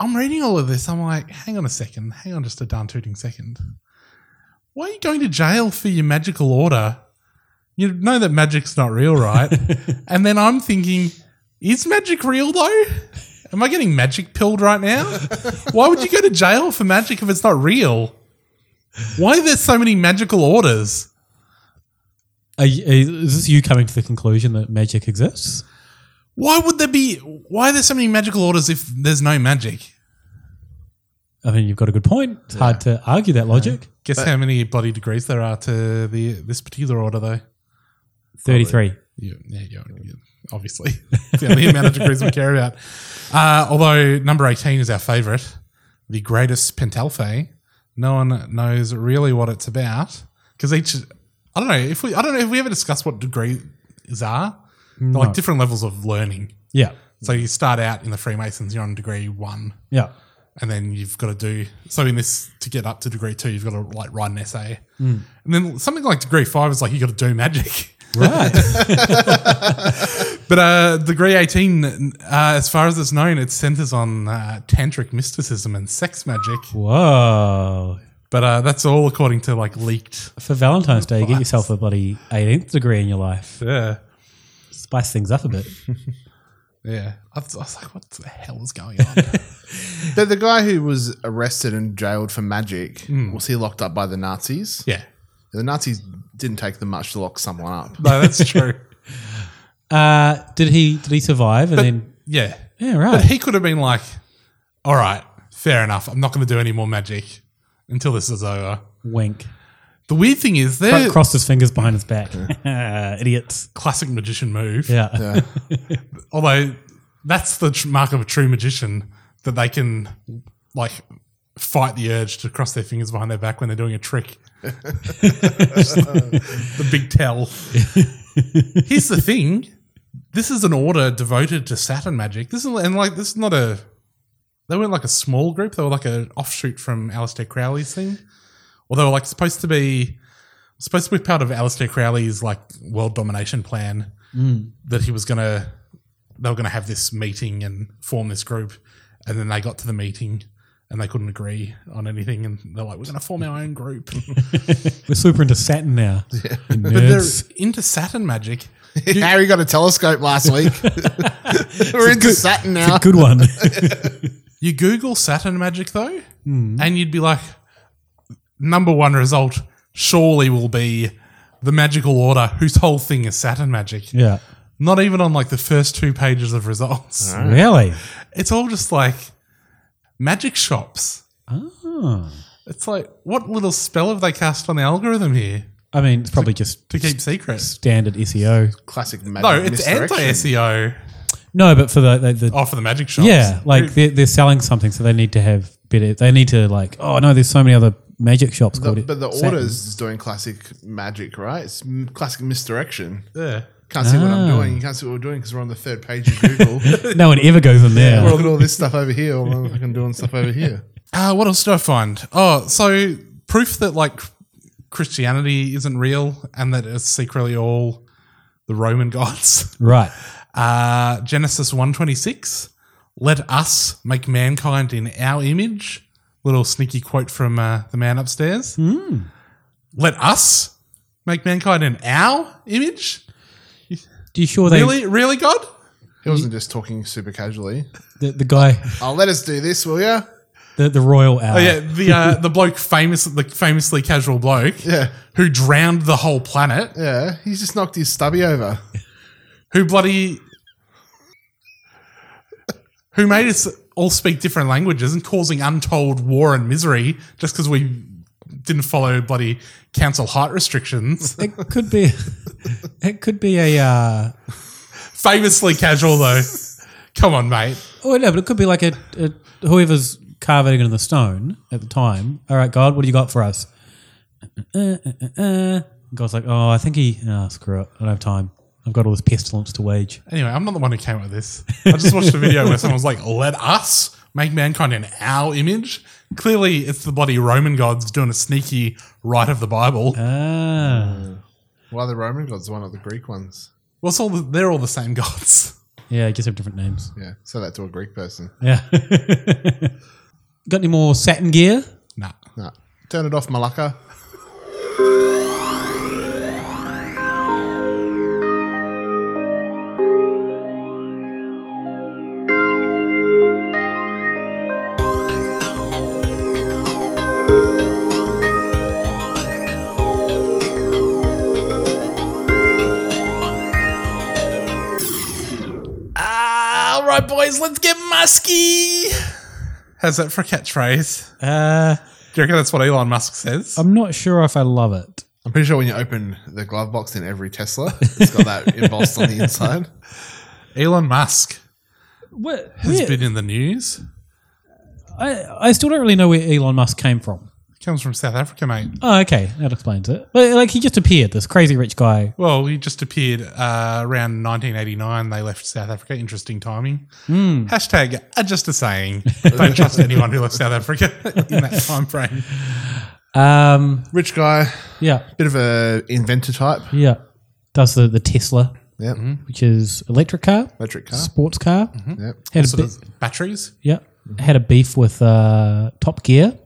C: I'm reading all of this. I'm like, "Hang on a second. Hang on, just a darn tooting second. Why are you going to jail for your magical order? You know that magic's not real, right?" and then I'm thinking, "Is magic real though?" Am I getting magic pilled right now? Why would you go to jail for magic if it's not real? Why are there so many magical orders?
J: Are you, is this you coming to the conclusion that magic exists?
C: Why would there be? Why are there so many magical orders if there's no magic?
J: I mean, you've got a good point. It's hard to argue that logic.
C: Guess how many bloody degrees there are to the this particular order, though.
J: 33.
C: Yeah, yeah, yeah, yeah, obviously. It's the only amount of degrees we care about. Uh, although number 18 is our favourite, the greatest pentalphae. No one knows really what it's about because each. I don't know if we. I don't know if we ever discussed what degrees are. They're
J: No.
C: Like different levels of learning.
J: Yeah.
C: So you start out in the Freemasons, you're on degree one.
J: Yeah.
C: And then you've got to do so in this to get up to degree two, you've got to like write an essay.
J: Mm.
C: And then something like degree five is like you got to do magic.
J: Right.
C: but uh, degree 18, uh, as far as it's known, it centers on uh, tantric mysticism and sex magic.
J: Whoa.
C: But uh, that's all according to like leaked.
J: For Valentine's Day, you get yourself a bloody 18th degree in your life.
C: Yeah.
J: Spice things up a bit.
C: Yeah. I was, I was like, what the hell is going on?
E: but the guy who was arrested and jailed for magic,
C: Mm.
E: was he locked up by the Nazis?
C: Yeah.
E: The Nazis didn't take them much to lock someone up.
C: no, that's true.
J: Uh, did he did he survive and
C: But-
J: then
C: Yeah.
J: Yeah, right.
C: But he could have been like, all right, fair enough. I'm not going to do any more magic until this is over.
J: wink?
C: The weird thing is,
J: Cro-
C: they're
J: crossed his fingers behind his back. Idiots.
C: classic magician move.
J: Yeah.
C: Although that's the tr- mark of a true magician that they can like fight the urge to cross their fingers behind their back when they're doing a trick. the big tell. Here's the thing. This is an order devoted to Saturn magic. This is and like this is not a they weren't like a small group. They were like an offshoot from Alistair Crowley's thing. Or they were like supposed to be supposed to be part of Alistair Crowley's like world domination plan
J: Mm.
C: that he was gonna they were gonna have this meeting and form this group. And then they got to the meeting and they couldn't agree on anything. And they're like, we're going to form our own group.
D: We're super into Saturn now. You
C: but they're
D: nerds.
C: into Saturn magic.
E: Harry got a telescope last week. We're into Saturn now.
C: you Google Saturn magic though,
D: Hmm.
C: and you'd be like, number one result surely will be the magical order whose whole thing is Saturn magic.
D: Yeah.
C: Not even on like the first two pages of results.
D: All right. Really?
C: It's all just like magic shops.
D: Oh.
C: It's like, what little spell have they cast on the algorithm here?
D: I mean, it's probably just
C: to keep secrets.
D: standard E SEO.
E: Classic
C: No, it's anti
E: E.
C: SEO.
D: No, but for the, the, the
C: Oh, for the magic shops.
D: Yeah, like they're, they're selling something, so they need to have better. They need to like, oh no, there's so many other magic shops
E: The-
D: called it.
E: but the
D: Saturn.
E: orders is doing classic magic, right? It's m- classic misdirection.
C: Yeah.
E: Can't see what I'm
D: Ah.
E: doing. You can't see what we're doing because we're on the third page of Google.
D: No one ever goes in there.
E: Yeah, look at all this stuff over here. All I'm fucking doing stuff over here.
C: Uh, what else did I find? Oh, so proof that like Christianity isn't real and that it's secretly all the Roman gods.
D: Right.
C: Uh, Genesis one twenty six. Let us make mankind in our image. Little sneaky quote from uh, the man upstairs. Let us make mankind in our image.
D: Do you sure they
C: Really, really, God?
E: He wasn't just talking super casually.
D: the, the guy
E: Oh, let us do this, will ya?
D: the, the royal hour?
C: Oh yeah, the uh, the bloke famous, the famously casual bloke,
E: Yeah.
C: who drowned the whole planet.
E: Yeah, he's just knocked his stubby over.
C: who bloody who made us all speak different languages and causing untold war and misery just because we didn't follow bloody council height restrictions.
D: It could be. It could be a. Uh,
C: Famously casual though. Come on, mate.
D: oh no, but it could be like a, a whoever's carving it in the stone at the time. All right, God, what do you got for us? Uh, uh, uh. God's like, oh, I think he. Ah, screw it. I don't have time. I've got all this pestilence to wage.
C: Anyway, I'm not the one who came up with this. I just watched a video where someone was like, "Let us make mankind in our image." Clearly, it's the bloody Roman gods doing a sneaky right of the Bible.
D: Ah.
E: Why the Roman gods? Why not the Greek ones?
C: Well, it's all the, they're all the same gods.
D: Yeah, I guess they have different names.
E: Yeah, say that to a Greek person.
D: Yeah. Got any more satin gear?
C: Nah.
E: Nah. Turn it off, Malacca.
C: All right, boys, let's get musky. How's that for a catchphrase?
D: Uh,
C: Do you reckon that's what Elon Musk says?
D: I'm not sure if I love it.
E: I'm pretty sure when you open the glove box in every Tesla, it's got that embossed on the inside.
C: Elon Musk
D: What?
C: has
D: where-
C: been in the news.
D: I, I still don't really know where Elon Musk came from.
C: He comes from South Africa, mate.
D: Oh, okay, that explains it. But, like he just appeared, this crazy rich guy.
C: Well, he just appeared uh, around 1989. They left South Africa. Interesting timing.
D: Hmm.
C: Hashtag uh, just a saying. Don't trust anyone who left South Africa in that time frame.
D: Um,
E: Rich guy,
D: yeah,
E: bit of a inventor type.
D: yeah. Does the, the Tesla,
E: Yep.
D: which is electric car,
E: Electric car.
D: sports car.
E: Yep.
D: Had a
C: Sort
D: bit,
C: of batteries.
D: yeah, had a beef with uh, Top Gear.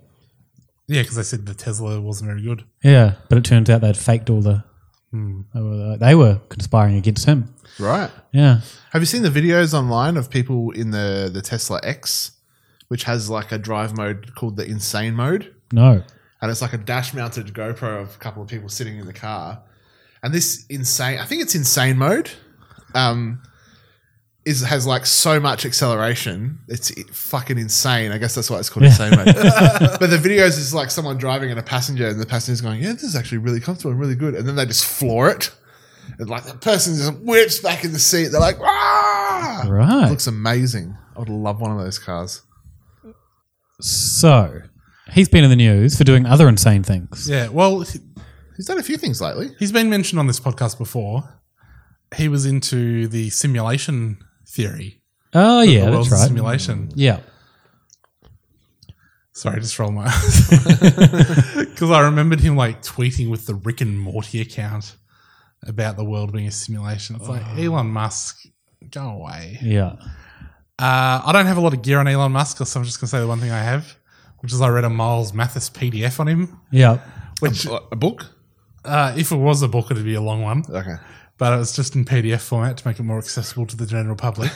C: Yeah, because they said the Tesla wasn't very good.
D: Yeah, but it turns out they'd faked all the.
C: Hmm.
D: They, were, they were conspiring against him.
E: Right.
D: Yeah.
E: Have you seen the videos online of people in the, the Tesla X, which has like a drive mode called the insane mode?
D: No.
E: And it's like a dash mounted GoPro of a couple of people sitting in the car. And this insane, I think it's insane mode, um, is has like so much acceleration. It's i- fucking insane. I guess that's why it's called insane mode. but the videos is like someone driving and a passenger, and the passenger's going, Yeah, this is actually really comfortable and really good. And then they just floor it. And like the person just whips back in the seat. They're like, ah!
D: Right.
E: looks amazing. I would love one of those cars.
D: So he's been in the news for doing other insane things.
C: Yeah, well,
E: He's done a few things lately.
C: He's been mentioned on this podcast before. He was into the simulation theory.
D: Oh
C: that
D: yeah,
C: the
D: that's
C: world's a
D: right.
C: Simulation.
D: Yeah.
C: Sorry, I just roll my because I remembered him like tweeting with the Rick and Morty account about the world being a simulation. It's like Elon Musk, go away.
D: Oh. Yeah.
C: Uh, I don't have a lot of gear on Elon Musk, so I'm just gonna say the one thing I have. which is I read a Miles Mathis PDF on him.
D: Yeah.
C: Which a, book? Uh, if it was a book, it'd be a long one.
E: Okay.
C: But it was just in PDF format to make it more accessible to the general public.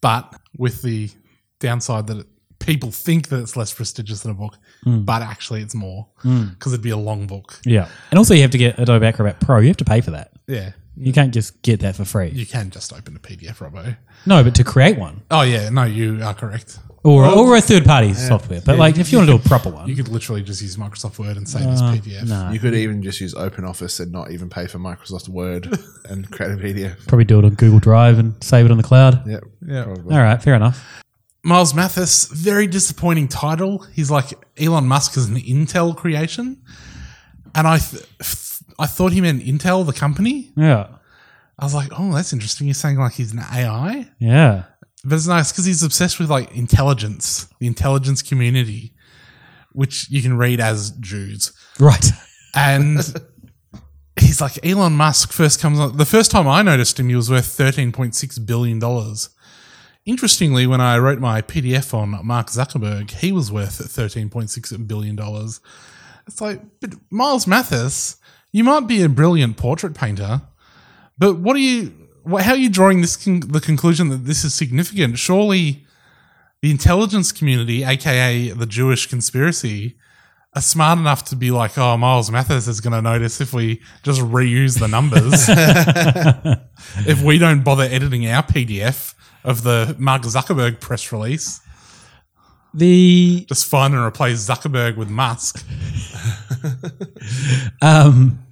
C: but with the downside that it, people think that it's less prestigious than a book,
D: Mm.
C: but actually it's more
D: Mm.
C: because it'd be a long book.
D: Yeah. And also, you have to get Adobe Acrobat Pro. You have to pay for that.
C: Yeah.
D: You can't just get that for free.
C: You can just open a PDF, Robbo.
D: No, but to create one
C: Oh yeah, no, you are correct.
D: or,
C: Well,
D: or a third party
C: yeah.
D: software. But
C: Yeah,
D: like, if you want to do a proper one,
C: you could literally just use Microsoft Word and save as
D: Uh,
C: PDF.
D: no.
E: You could even just use Open Office and not even pay for Microsoft Word and create a PDF.
D: probably do it on Google Drive and save it on the cloud.
E: Yep.
C: Yeah.
E: probably.
D: All right. Fair enough.
C: Miles Mathis, very disappointing title. He's like Elon Musk is an Intel creation, and I, th- f- I thought he meant Intel, the company.
D: Yeah.
C: I was like, oh, that's interesting. You're saying like he's an AI,
D: Yeah.
C: but it's nice because he's obsessed with like intelligence, the intelligence community, which you can read as Jews,
D: right?
C: And he's like Elon Musk. First comes on the first time I noticed him, he was worth thirteen point six billion dollars. Interestingly, when I wrote my PDF on Mark Zuckerberg, he was worth $13.6 billion. It's like, but Miles Mathis, you might be a brilliant portrait painter, but what are you, what, how are you drawing this, con- the conclusion that this is significant? Surely the intelligence community, aka the Jewish conspiracy, are smart enough to be like, oh, Miles Mathis is going to notice if we just reuse the numbers. if we don't bother editing our PDF of the Mark Zuckerberg press release,
D: the
C: just find and replace Zuckerberg with Musk.
D: Um,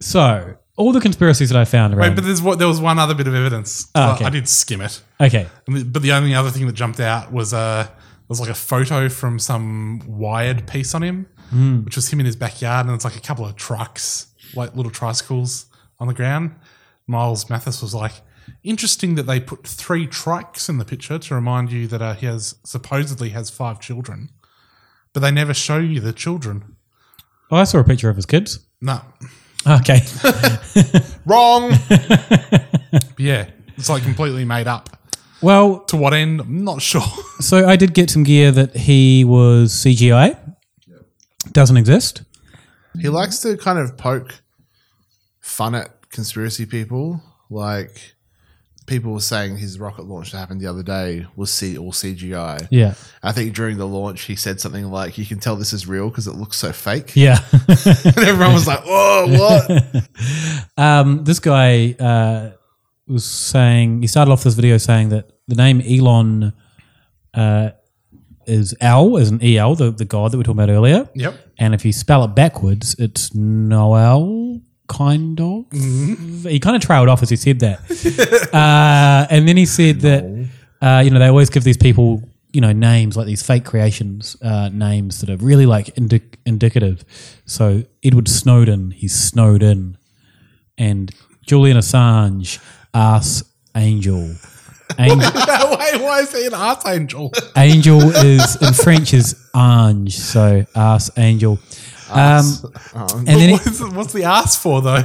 D: so all the conspiracies that I found around.
C: Wait, but there's what there was one other bit of evidence.
D: Oh,
C: I-
D: okay.
C: I did skim it.
D: Okay.
C: And the- But the only other thing that jumped out was uh, was like a photo from some Wired piece on him,
D: Hmm.
C: which was him in his backyard, and it's like a couple of trucks, like little tricycles on the ground. Miles Mathis was like, "Interesting that they put three trikes in the picture to remind you that uh, he has supposedly has five children, but they never show you the children."
D: oh, I saw a picture of his kids.
C: No,
D: Okay.
C: wrong. yeah, it's like completely made up.
D: Well,
C: to what end? I'm not sure.
D: So I did get some gear that he was CGI. Doesn't exist.
E: He likes to kind of poke fun at conspiracy people. Like people were saying his rocket launch that happened the other day was C- all CGI.
D: Yeah.
E: I think during the launch he said something like, "You can tell this is real because it looks so fake."
D: Yeah.
E: and everyone was like, "Whoa, what?"
D: um, this guy uh, was saying he started off this video saying that the name Elon uh, is Al, is an El, the, the god that we were talking about earlier.
C: Yep.
D: And if you spell it backwards, it's Noel, kind of. Mm-hmm. He kind of trailed off as he said that, uh, and then he said that uh, you know they always give these people you know names like these fake creations uh, names that are really like indic- indicative. So Edward Snowden, he's snowed in, and Julian Assange, ass angel. Angel,
C: Wait, why is he an archangel?
D: angel is in French is ange, so ass angel.
C: Arse.
D: Um, and then he,
C: what's, what's the ass for though?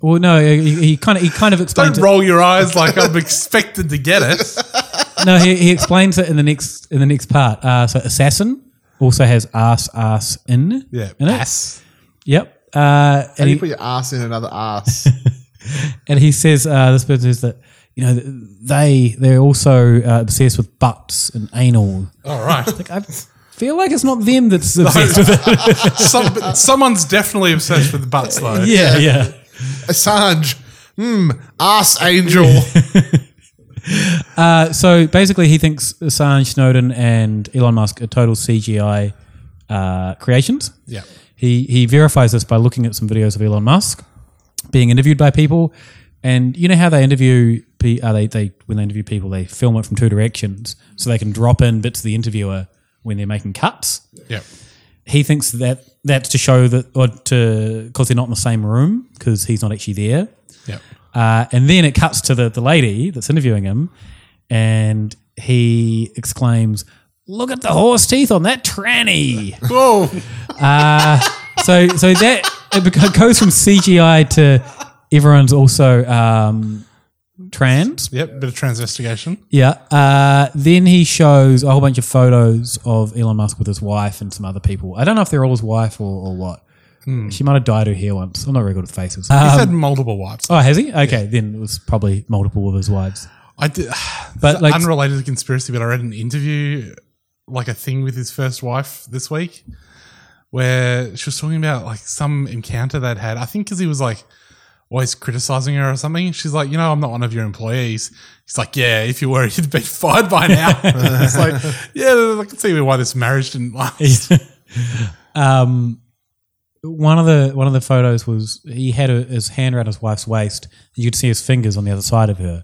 D: well, no, he, he kind of he kind of explains.
C: Don't
D: it-
C: roll your eyes like I'm expected to get it.
D: no, he, he explains it in the next in the next part. Uh, so assassin also has ass ass in.
C: Yeah,
D: in it.
C: ass.
D: Yep. Uh,
E: How
D: and,
E: do you
D: he,
E: put your ass in another ass?
D: and he says uh, this person says that you know they they're also uh, obsessed with butts and anal.
C: All right.
D: Like, I feel like it's not them that's obsessed with it.
C: Some, someone's definitely obsessed with butts though.
D: Yeah, yeah.
E: Assange, hmm, ass angel.
D: Uh, so basically, he thinks Assange, Snowden, and Elon Musk are total CGI uh, creations.
C: Yeah.
D: He he verifies this by looking at some videos of Elon Musk being interviewed by people, and you know how they interview pe- uh, they they when they interview people they film it from two directions so they can drop in bits of the interviewer when they're making cuts.
C: Yeah.
D: He thinks that that's to show that or to because they're not in the same room because he's not actually there.
C: Yep.
D: Uh, and then it cuts to the, the lady that's interviewing him, and he exclaims, Look at the horse teeth on that tranny.
C: Whoa.
D: Uh, so, so that it bec- goes from CGI to everyone's also um,
C: Trans.
D: Yep, bit of transvestigation.
C: Yeah. Uh, then he shows a whole bunch of photos of Elon Musk with his wife and some other people. I don't know if they're all his wife or, or what.
D: Hmm.
C: She might have dyed her hair once. I'm not very good at faces.
D: He's had
C: Um,
D: multiple wives.
C: Oh, has he? Okay, then it was probably multiple of his wives.
D: I did,
C: But,
D: but
C: like-
D: unrelated to conspiracy, but I read an interview, like a thing with his first wife this week, where she was talking about like some encounter they'd had. I think because he was like always criticizing her or something. She's like, you know, I'm not one of your employees. He's like, yeah, if you were, you'd be fired by now. it's like, yeah, I can see why this marriage didn't last.
C: um, one of the one of the photos was he had a, his hand around his wife's waist. And you could see his fingers on the other side of her.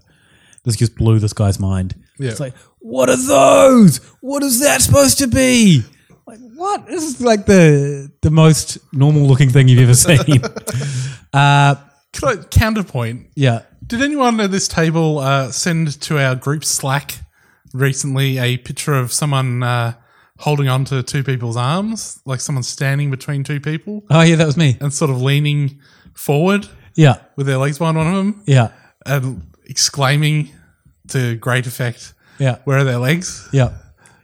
C: This just blew this guy's mind.
D: Yeah.
C: It's like, what are those? What is that supposed to be? Like, what? This is like the the most normal looking thing you've ever seen. uh,
D: Could I, counterpoint.
C: yeah.
D: Did anyone at this table uh, send to our group Slack recently a picture of someone uh, holding onto two people's arms, like someone standing between two people?
C: Oh yeah, that was me.
D: And sort of leaning forward.
C: Yeah.
D: With their legs behind one of them.
C: Yeah.
D: And exclaiming to great effect.
C: Yeah.
D: Where are their legs?
C: Yeah.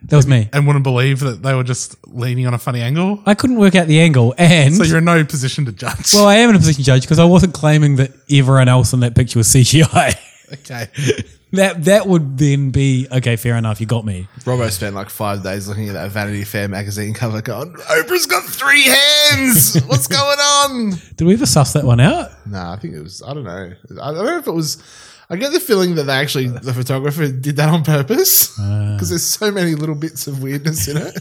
C: That was me.
D: And wouldn't believe that they were just leaning on a funny angle.
C: I couldn't work out the angle, and
D: so you're in no position to judge.
C: well, I am in a position to judge because I wasn't claiming that everyone else in that picture was CGI.
D: Okay.
C: that that would then be okay. Fair enough. You got me.
E: Robo spent like five days looking at that Vanity Fair magazine cover, going,
K: Oprah's got three hands. What's going on?
C: Did we ever suss that one out?
E: Nah, I think it was. I don't know. I don't know if it was. I get the feeling that they actually the photographer did that on purpose
C: Uh.
E: because there's so many little bits of weirdness in it.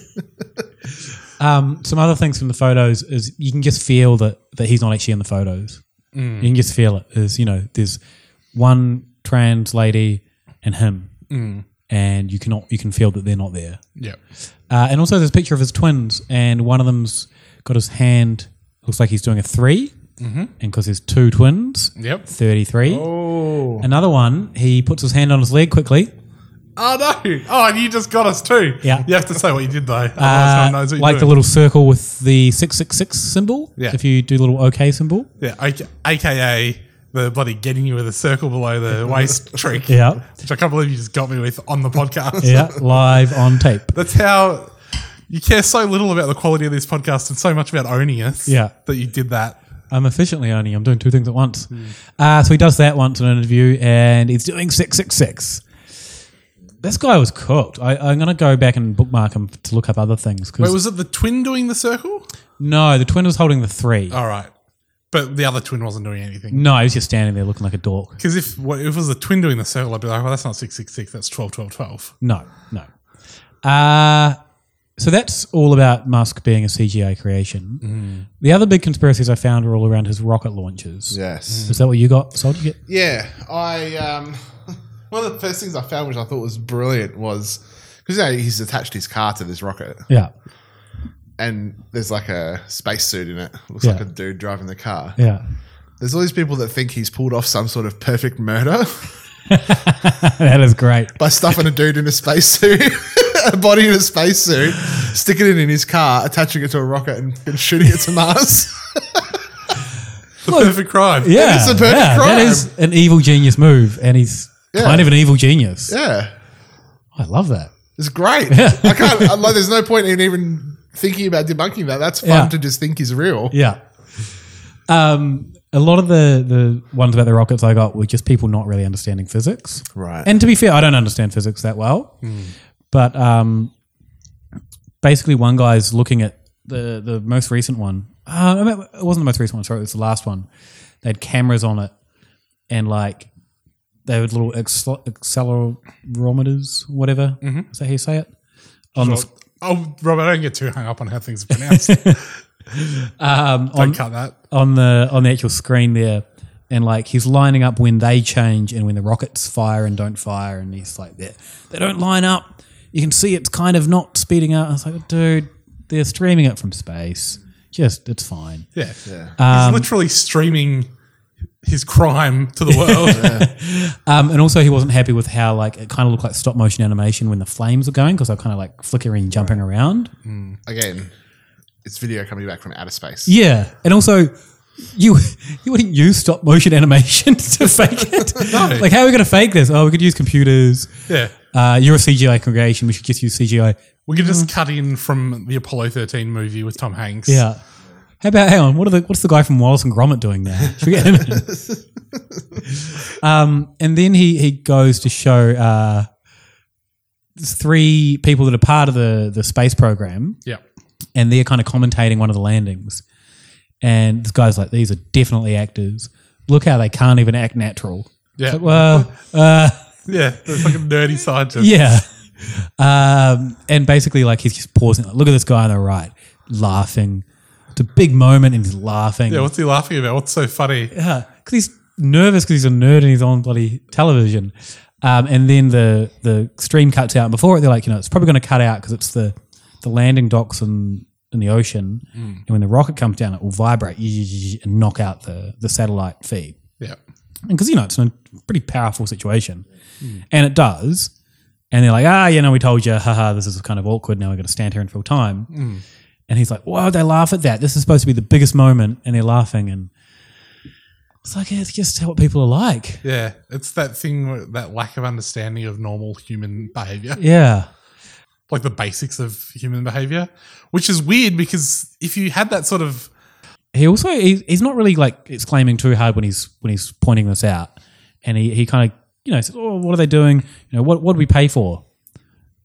C: Um, some other things from the photos is you can just feel that that he's not actually in the photos.
D: Mm.
C: You can just feel it. Is you know, there's one trans lady and him,
D: Mm.
C: and you cannot you can feel that they're not there.
D: Yep.
C: Uh, and also, there's a picture of his twins, and one of them's got his hand looks like he's doing a 3
D: Mhm.
C: and because there's two twins,
D: Yep.
C: thirty-three.
D: Oh.
C: Another one, he puts his hand on his leg quickly.
D: Oh no! Oh, and you just got us too.
C: Yeah.
D: You have to say what you did though. Otherwise, no
C: Uh,
D: one knows what
C: like
D: you
C: the little circle with the six six six symbol.
D: Yeah.
C: If you do the little OK symbol.
D: Yeah. AK, AKA the bloody getting you with a circle below the waist trick.
C: Yeah.
D: Which I can't believe you just got me with on the podcast.
C: Yeah. live on tape.
D: That's how you care so little about the quality of this podcast and so much about owning us.
C: Yeah.
D: That you did that.
C: I'm efficiently owning. I'm doing two things at once.
D: Hmm.
C: Uh, so he does that once in an interview, and he's doing six six six. This guy was cooked. I, I'm going to go back and bookmark him to look up other things. 'cause-
D: Wait, was it the twin doing the circle?
C: no, the twin was holding the three.
D: All right. But the other twin wasn't doing anything.
C: No, he was just standing there looking like a dork.
D: Because if, what- if it was the twin doing the circle, I'd be like, well, that's not 666, that's 12, 12, 12.
C: No, no. Uh, so that's all about Musk being a CGI creation. The other big conspiracies I found were all around his rocket launches.
E: Yes.
C: Is that what you got? Sold? You get-
E: Yeah, I um, one of the first things I found, which I thought was brilliant, was because you know, he's attached his car to this rocket.
C: Yeah.
E: and there's like a spacesuit in it. Looks
C: Yeah.
E: like a dude driving the car.
C: Yeah.
E: There's all these people that think he's pulled off some sort of perfect murder
C: that is great.
E: by stuffing a dude in a spacesuit, a body in a spacesuit, sticking it in his car, attaching it to a rocket, and, and shooting it to Mars.
D: The perfect crime.
C: Yeah.
E: it's a perfect
C: yeah,
E: crime.
C: That is an evil genius move, and he's
E: Yeah.
C: kind of an evil genius.
E: yeah,
C: I love that.
E: it's great. I can't. I, like, there's no point in even thinking about debunking that. That's fun
C: Yeah.
E: to just think is real.
C: Yeah. Um, a lot of the, the ones about the rockets I got were just people not really understanding physics.
E: Right.
C: And to be fair, I don't understand physics that well.
E: Hmm.
C: But um, basically, one guy's looking at the, the most recent one. Uh, I mean, it wasn't the most recent one, sorry, it was the last one. They had cameras on it and like they had little accel- accelerometers, whatever.
D: Mhm.
C: Is that how you say it? On the
D: Sure. oh, Robert, don't get too hung up on how things are pronounced.
C: um,
D: Don't
C: on,
D: cut that.
C: on the on the actual screen there, and like he's lining up when they change and when the rockets fire and don't fire, and he's like, "They they don't line up." You can see it's kind of not speeding up. I was like, "Dude, they're streaming it from space. Just it's fine."
D: Yeah.
C: Um,
D: He's literally streaming his crime to the world.
C: um, and also, he wasn't happy with how like it kind of looked like stop motion animation when the flames were going because they're kind of like flickering, jumping around.
E: Mm. Again, it's video coming back from outer space.
C: Yeah, and also You you wouldn't use stop motion animation to fake it.
D: No.
C: Like how are we going to fake this? Oh, we could use computers.
D: Yeah.
C: Uh, you're a CGI congregation. We should just use CGI.
D: We could
C: Mm.
D: just cut in from the Apollo 13 movie with Tom Hanks.
C: Yeah. How about hang on? What are the what's the guy from Wallace and Gromit doing there? Should we get him in? um, and then he he goes to show uh, three people that are part of the the space program.
D: Yeah.
C: and they're kind of commentating one of the landings. And this guy's like, "These are definitely actors. Look how they can't even act natural."
D: Yeah.
C: It's like, well, uh,
D: Yeah. The fucking nerdy scientist.
C: yeah. Um, and basically, like he's just pausing. Like, Look at this guy on the right, laughing. It's a big moment, and he's laughing.
D: Yeah. What's he laughing about? What's so funny?
C: Yeah, because he's nervous because he's a nerd and he's on bloody television. Um, and then the the stream cuts out. And before it, they're like, you know, it's probably going to cut out because it's the the landing docks in in the ocean.
D: Mm.
C: And when the rocket comes down, it will vibrate and knock out the the satellite feed.
D: Yeah.
C: because you know it's a pretty powerful situation, and it does. And they're like, ah, you know, we told you, haha, this is kind of awkward. Now we're going to stand here and fill time.
D: Mm.
C: And he's like, whoa, they laugh at that. This is supposed to be the biggest moment. And they're laughing. And it's like, it's just what people are like.
D: Yeah. It's that thing, where- that lack of understanding of normal human behavior.
C: Yeah.
D: Like the basics of human behavior, which is weird because if you had that sort of
C: He also, he, he's not really like exclaiming too hard when he's, when he's pointing this out. And he, he kind of, you know, says, oh, what are they doing? You know, what, what do we pay for?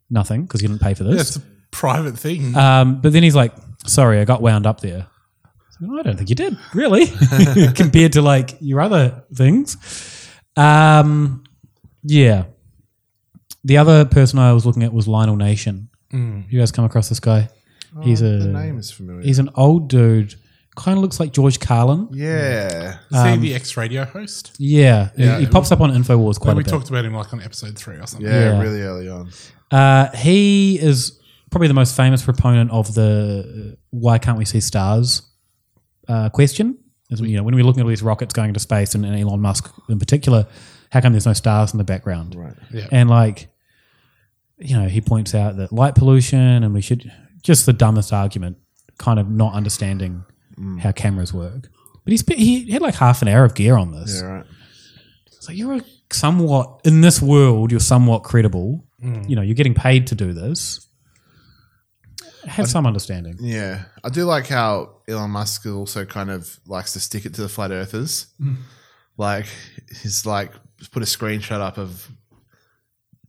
C: Nothing, because you didn't pay for
D: yeah, it's
C: this.
D: a private thing.
C: um, but then he's like, sorry, I got wound up there. I don't think you did, really, compared to like your other things. Um, yeah. The other person I was looking at was Lionel Nation.
E: Mm.
C: You guys come across this guy?
E: Oh,
C: he's a
E: the name is familiar.
C: He's an old dude. Kind of looks like George Carlin.
E: Yeah.
D: Is he
C: Um,
D: the ex radio host?
C: yeah, he- he pops up on
D: No,
C: Infowars quite a
D: We
C: bit.
D: talked about him like on episode three or something.
C: Yeah, Yeah. really
E: early on.
C: Uh, he is probably the most famous proponent of the uh, "Why can't we see stars?" Uh, question. As we- you know, when we're looking at all these rockets going into space, and, and Elon Musk in particular, how come there's no stars in the background? Right.
D: Yeah.
C: And like, you know, he points out that light pollution, and we should just the dumbest argument, kind of not understanding how cameras work. But he spent, he had like half an hour of gear on this.
E: Yeah, right.
C: So you're a somewhat in this world, you're somewhat credible.
E: Mm.
C: You know, you're getting paid to do this. Have some understanding.
E: Yeah. I do like how Elon Musk also kind of likes to stick it to the flat earthers.
C: Mm.
E: Like, he's like, put a screenshot up of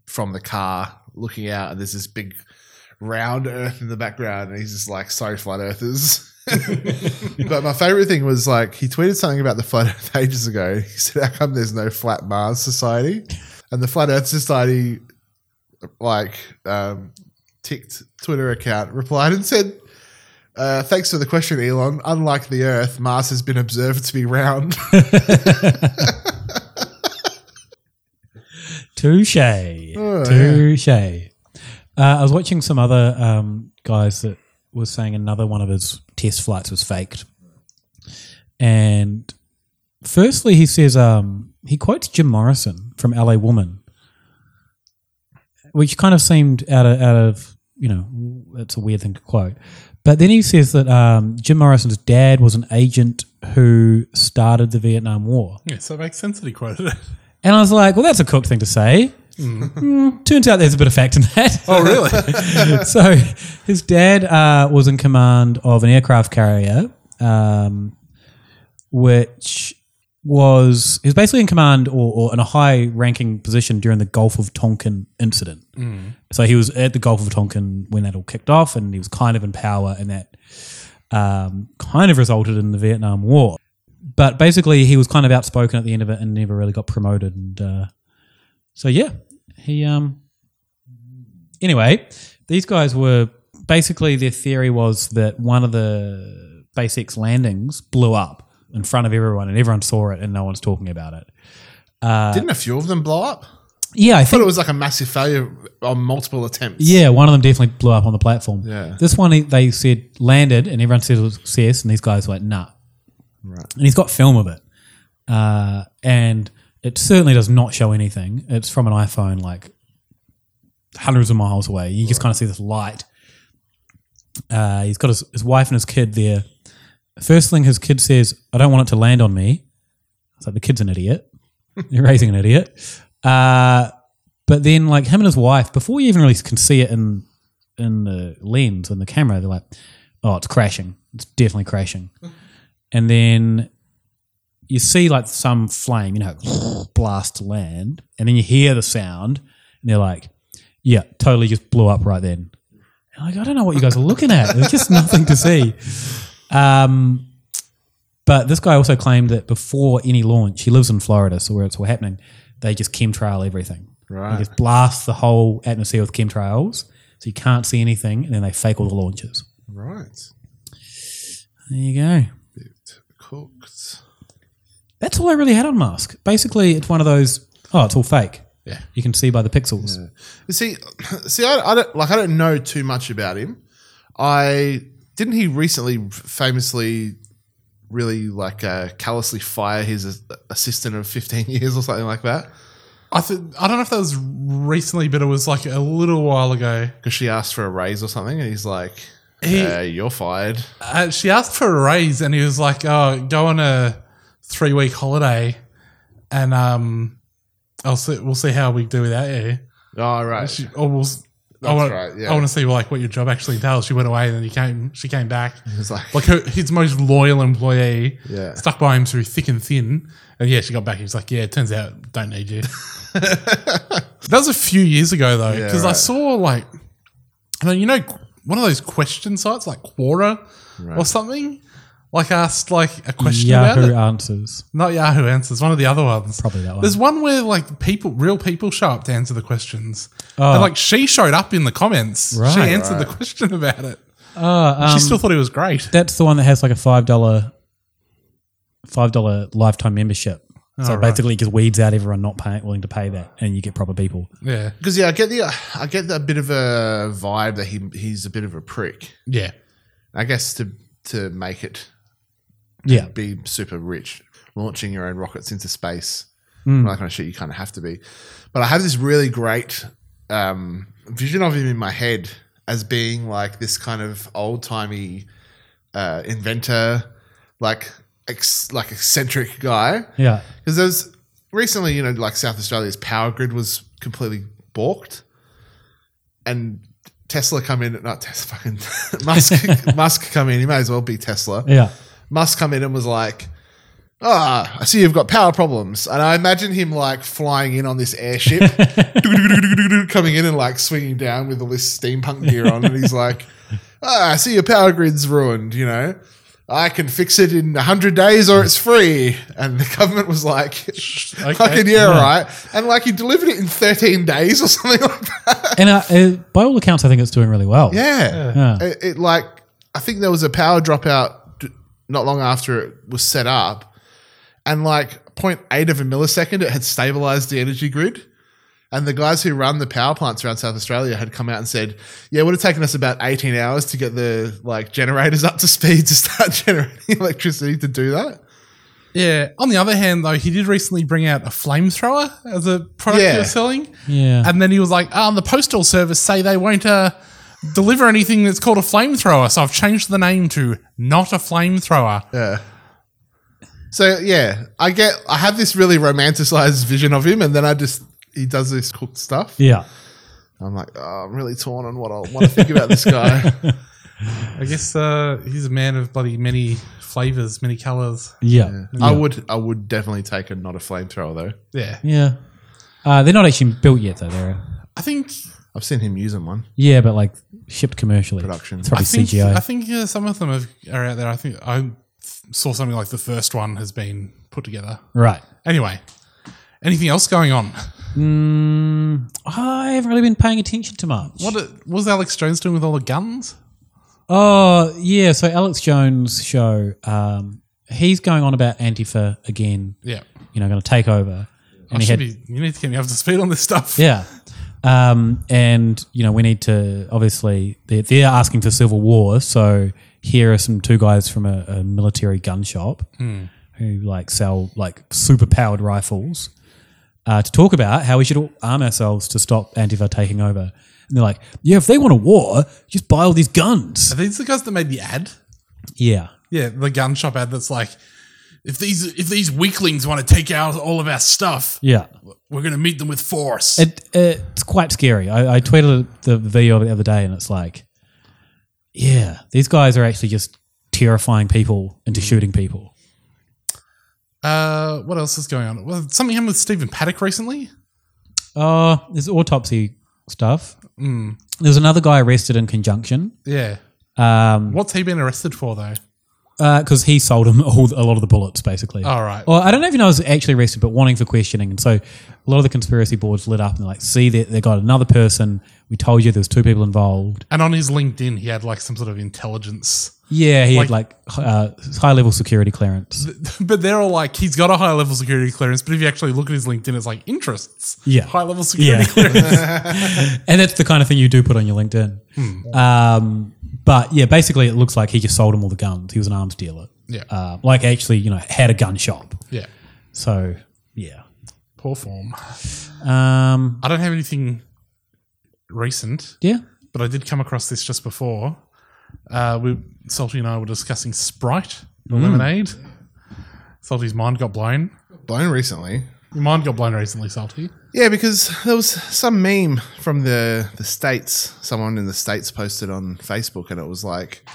E: from the car looking out, and there's this big round earth in the background, and he's just like, sorry, flat earthers. but my favorite thing was like, he tweeted something about the flat earth ages ago. He said, how come there's no flat Mars society? And the flat earth society like um, ticked Twitter account replied and said, uh, "Thanks for the question, Elon. Unlike the Earth, Mars has been observed to be round."
C: Touche.
E: yeah.
C: Touche. Uh, I was watching some other um, guys that was saying another one of his test flights was faked. And firstly, he says um, he quotes Jim Morrison from LA Woman, which kind of seemed out of, out of you know, it's a weird thing to quote. But then he says that um, Jim Morrison's dad was an agent who started the Vietnam War.
D: Yeah, so it makes sense that he quoted it.
C: And I was like, well, that's a cooked thing to say.
D: Mm.
C: Mm, turns out there's a bit of fact in that.
D: Oh, really?
C: so his dad uh, was in command of an aircraft carrier, um, which was he was basically in command or, or in a high ranking position during the Gulf of Tonkin incident.
D: Mm.
C: So he was at the Gulf of Tonkin when that all kicked off, and he was kind of in power, and that um, kind of resulted in the Vietnam War. But basically, he was kind of outspoken at the end of it, and never really got promoted. And uh, so, yeah, he. Um, anyway, these guys were basically their theory was that one of the SpaceX landings blew up in front of everyone, and everyone saw it, and no one's talking about it. Uh,
E: Didn't a few of them blow up?
C: Yeah, I,
E: thought it was like a massive failure on multiple attempts.
C: Yeah, one of them definitely blew up on the platform.
E: Yeah.
C: This one, he- they said landed, and everyone said it was a success, and these guys were like, nah.
E: Right.
C: And he's got film of it. Uh, and it certainly does not show anything. It's from an iPhone, like hundreds of miles away. You just kind of see this light. Uh, he's got his, his wife and his kid there, First thing his kid says, I don't want it to land on me. It's like the kid's an idiot. You're raising an idiot. Uh, but then like him and his wife, before you even really can see it in in the lens, in the camera, they're like, Oh, it's crashing. It's definitely crashing. and then you see like some flame, you know, blast to land, and then you hear the sound, and they're like, Yeah, totally just blew up right then. And like, I don't know what you guys are looking at. There's just nothing to see. Um, but this guy also claimed that before any launch, he lives in Florida, so where it's all happening, they just chemtrail everything.
E: Right.
C: They just blast the whole atmosphere with chemtrails, so you can't see anything, and then they fake all the launches.
E: Right.
C: There you go.
E: Cooked.
C: That's all I really had on Mask. Basically, it's one of those. Oh, it's all fake.
E: Yeah.
C: You can see by the pixels.
E: See, see, I, I don't like. I don't know too much about him. I didn't he recently famously, really like uh, callously fire his as- assistant of fifteen years or something like that
D: I th- I don't know if that was recently, but it was like a little while ago.
E: because she asked for a raise or something, and he's like,
D: He-
E: "Uh, "You're fired."
D: Uh, she asked for a raise, and he was like, "Oh, go on a three week holiday, and um, I'll see, we'll see how we do without you."
E: Oh, right.
D: She, or we'll, s- I
E: That's
D: want,
E: right, yeah.
D: I want to see like what your job actually entails. She went away, and then he came. She came back.
E: He's like,
D: like her, his most loyal employee.
E: Yeah.
D: stuck by him through thick and thin. And yeah, she got back. He was like, "Yeah, it turns out don't need you." that was a few years ago though,
E: Yeah,
D: because I
E: right.
D: saw like, I mean, you know, one of those question sites like Quora or
C: Right.
D: something, like asked like a question about
C: Yahoo
D: it.
C: Answers.
D: Not Yahoo Answers, one of the other ones.
C: Probably that one.
D: There's one where like people, real people, show up to answer the questions.
C: Oh.
D: And like she showed up in the comments.
C: Right.
D: She answered the
C: Right.
D: question about it.
C: Uh,
D: she
C: um,
D: still thought it was great.
C: That's the one that has like a five dollar, five dollar lifetime membership. so
E: Oh, right.
C: basically, it just weeds out everyone not pay, willing to pay that, and you get proper people.
D: Yeah,
E: because yeah, I get the I get that bit of a vibe that he he's a bit of a prick.
D: Yeah.
E: I guess to to make it,
C: Yeah.
E: be super rich, launching your own rockets into space,
C: Mm.
E: all that kind of shit. You kind of have to be. But I have this really great um, vision of him in my head as being like this kind of old timey uh, inventor, like ex- like eccentric guy.
C: Yeah.
E: Because there's recently, you know, like South Australia's power grid was completely balked, and Tesla come in, not Tesla, fucking Musk, Musk come in. He may as well be Tesla.
C: Yeah.
E: Musk come in and was like, "Ah, I see you've got power problems," and I imagine him like flying in on this airship, coming in and like swinging down with all this steampunk gear on, and he's like, "Ah, I see your power grid's ruined," you know. I can fix it in 100 days or it's free. And the government was like, fucking yeah,
C: Yeah.
E: right. And like he delivered it in 13 days or something like that.
C: and uh, uh, by all accounts, I think it's doing really well.
E: Yeah.
C: Yeah.
E: It, it, like, I think there was a power dropout d- not long after it was set up. And like 0.8 of a millisecond, it had stabilized the energy grid. And the guys who run the power plants around South Australia had come out and said, yeah, it would have taken us about 18 hours to get the like generators up to speed to start generating electricity to do that.
D: Yeah. On the other hand, though, he did recently bring out a flamethrower as a product he
E: Yeah.
D: was selling.
C: Yeah.
D: And then he was like, oh, the postal service say they won't uh, deliver anything that's called a flamethrower. So I've changed the name to not a flamethrower.
E: Yeah. So yeah, I get I have this really romanticized vision of him, and then I just he does this cooked stuff.
C: Yeah.
E: I'm like, oh, I'm really torn on what I want to think about this guy.
D: I guess uh, he's a man of bloody many flavors, many colors.
E: I would I would definitely take a not a flamethrower though.
D: Yeah.
C: Yeah. Uh, they're not actually built yet, though. They're
D: I think.
E: I've seen him using one.
C: yeah, but like shipped commercially.
E: Production.
C: It's probably
D: I think,
C: CGI.
D: I think uh, some of them have, are out there. I think I saw something like the first one has been put together.
C: Right.
D: Anyway, anything else going on?
C: Mm, I haven't really been paying attention to much.
D: What, what was Alex Jones doing with all the guns?
C: Oh yeah, so Alex Jones show, um, he's going on about Antifa again.
D: Yeah.
C: you know, going to take over.
D: I should be, you need to get me up to speed on this stuff.
C: yeah, um, and you know, we need to obviously they're, they're asking for civil war. So here are some two guys from a, a military gun shop
D: Hmm.
C: who like sell like super powered rifles uh, to talk about how we should all arm ourselves to stop Antifa taking over. And they're like, yeah, if they want a war, just buy all these guns.
D: Are these the guys that made the ad?
C: Yeah.
D: Yeah, the gun shop ad that's like, if these if these weaklings want to take out all of our stuff,
C: Yeah.
D: we're gonna meet them with force.
C: It, it's quite scary. I, I tweeted the video of it the other day, and it's like, yeah, these guys are actually just terrifying people into shooting people.
D: Mm. Uh, what else is going on? Well, something happened with Stephen Paddock recently.
C: Uh, there's autopsy stuff.
D: Mm.
C: There's another guy arrested in conjunction.
D: Yeah.
C: Um,
D: What's he been arrested for though?
C: because he sold him all, a lot of the bullets, basically.
D: All Oh, right.
C: Well, I don't know if you know, I was actually arrested, but wanting for questioning. And so a lot of the conspiracy boards lit up and they're like, see, they, they got another person. We told you there's two people involved.
D: And on his LinkedIn, he had like some sort of intelligence.
C: Yeah, he
D: Like-
C: had like uh, high level security clearance.
D: But they're all like, he's got a high level security clearance. But if you actually look at his LinkedIn, it's like interests.
C: Yeah.
D: High level security
C: Yeah.
D: clearance.
C: and that's the kind of thing you do put on your LinkedIn.
D: Hmm.
C: Um, but yeah, basically, it looks like he just sold him all the guns. He was an arms dealer.
D: Yeah.
C: Uh, like actually, you know, had a gun shop.
D: Yeah.
C: So yeah.
D: Poor form.
C: Um,
D: I don't have anything recent.
C: Yeah.
D: But I did come across this just before. Uh, we Salty and I were discussing Sprite, the
E: Mm.
D: lemonade. Salty's mind got blown.
E: Blown recently.
D: Your mind got blown recently, Salty.
E: Yeah, because there was some meme from the the states. Someone in the states posted on Facebook, and it was like,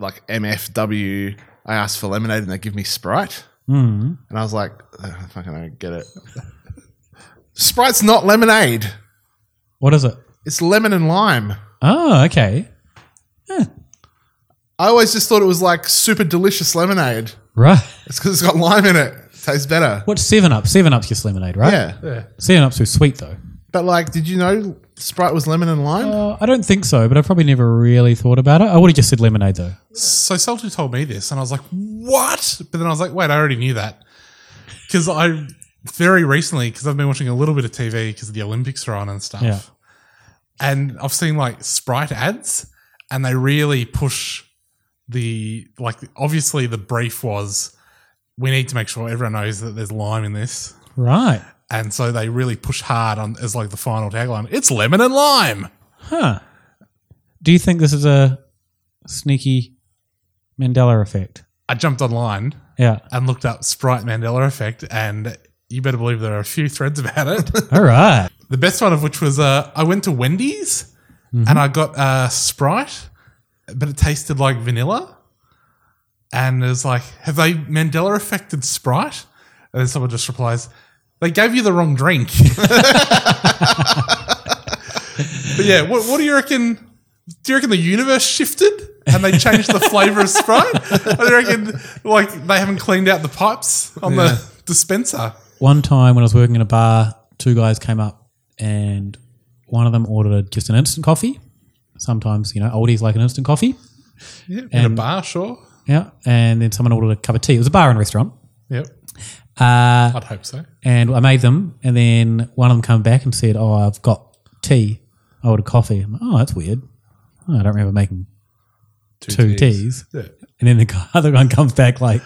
E: like MFW. I asked for lemonade, and they give me Sprite,
D: Mm-hmm.
C: Hmm.
E: and I was like, I fucking don't get it. Sprite's not lemonade.
C: What is it?
E: It's lemon and lime.
C: Oh, okay.
E: I always just thought it was like super delicious lemonade.
C: Right.
E: It's because it's got lime in it. Tastes better.
C: What's Seven Up? Seven Up's your lemonade, right?
E: Yeah. Yeah.
C: Seven Up's too sweet though. Uh,
E: But like, did you know Sprite was lemon and lime?
D: Uh,
C: I don't think so, but I probably never really thought about it. I would have just said lemonade though.
D: So Salty told me this, and I was like, "What?" But then I was like, "Wait, I already knew that," because I very recently, because I've been watching a little bit of TV because the Olympics are on and stuff,
C: Yeah.
D: and I've seen like Sprite ads, and they really push the like. Obviously, the brief was we need to make sure everyone knows that there's lime in this,
C: Right.
D: and so they really push hard on as like the final tagline. It's lemon and lime.
C: Huh. Do you think this is a sneaky Mandela effect?
D: I jumped online.
C: Yeah.
D: and looked up Sprite Mandela Effect, and you better believe there are a few threads about it.
C: All right.
D: the best one of which was uh, I went to Wendy's
C: Mm-hmm.
D: and I got uh, Sprite, but it tasted like vanilla. And it was like, have they Mandela affected Sprite? And then someone just replies, they gave you the wrong drink. but yeah, what, what do you reckon? Do you reckon the universe shifted and they changed the flavor of Sprite? Or do you reckon like they haven't cleaned out the pipes on
C: Yeah.
D: the dispenser?
C: One time when I was working in a bar, two guys came up and one of them ordered just an instant coffee. Sometimes, you know, oldies like an instant coffee.
D: Yeah, in a
C: And-
D: bar, sure.
C: Yeah. And then someone ordered a cup of tea. It was a bar and restaurant.
D: Yep.
C: Uh,
D: I'd hope so.
C: And I made them, and then one of them came back and said, "Oh, I've got tea. I ordered coffee." I'm like, oh, that's weird. Oh, I don't remember making two, teas.
D: teas. Yeah.
C: And then the guy- other one comes back like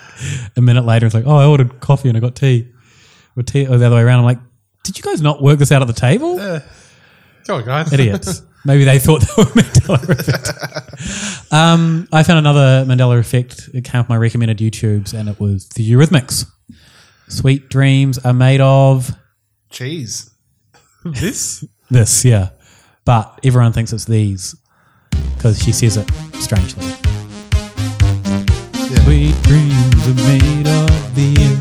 C: a minute later. It's like, "Oh, I ordered coffee and I got tea." Or tea, or the other way around. I'm like, "Did you guys not work this out at the table?"
D: Come on, guys.
C: Idiots. Maybe they thought they were Mandela effect. um, I found another Mandela effect It came up my recommended YouTubes, and it was the Eurythmics. Sweet dreams are made of
E: Cheese.
D: this?
C: this, yeah. But everyone thinks it's these because she says it strangely. Sweet dreams are made of these.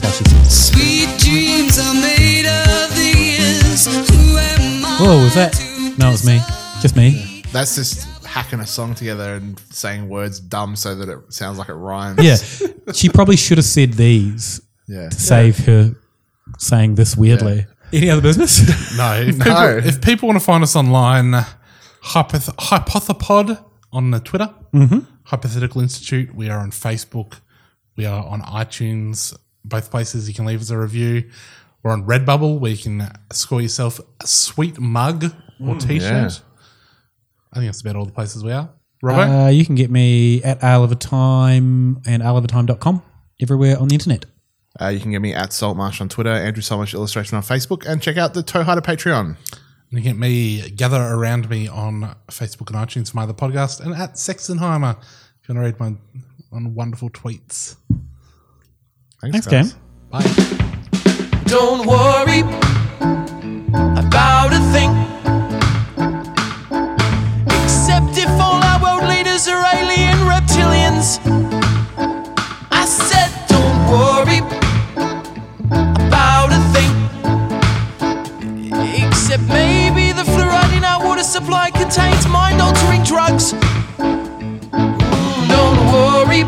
C: That's how she says. it.
L: Sweet dreams are made of these. Who am I?
C: Whoa, was that? No, it was me. Just me.
E: That's just hacking a song together and saying words dumb so that it sounds like it rhymes.
C: Yeah. she probably should have said these
E: Yeah.
C: to save her saying this weirdly. Any other business?
D: No. If, People, if people want to find us online, hypoth- Hypothepod on the Twitter,
C: Mhm.
D: Hypothetical Institute. We are on Facebook. We are on iTunes. Both places you can leave us a review. We're on Redbubble where you can score yourself a sweet mug or
C: Mm,
D: t shirt.
C: yeah.
D: I think that's about all the places we are. Robert?
C: Uh, you can get me at Isle of a Time and isleofatime.com everywhere on the internet.
E: Uh, you can get me at Saltmarsh on Twitter, Andrew Saltmarsh Illustration on Facebook, and check out the Toe Hider Patreon.
D: You can get me, gather around me on Facebook and iTunes for my other podcast, and at Sexenheimer if you want to read my
M: on wonderful tweets.
E: Thanks, Cam.
C: Don't worry about a thing. Except if all our world leaders are alien reptilians. I said, don't worry about a thing. Except maybe the fluoride in our water supply contains mind altering drugs. Mm, Don't worry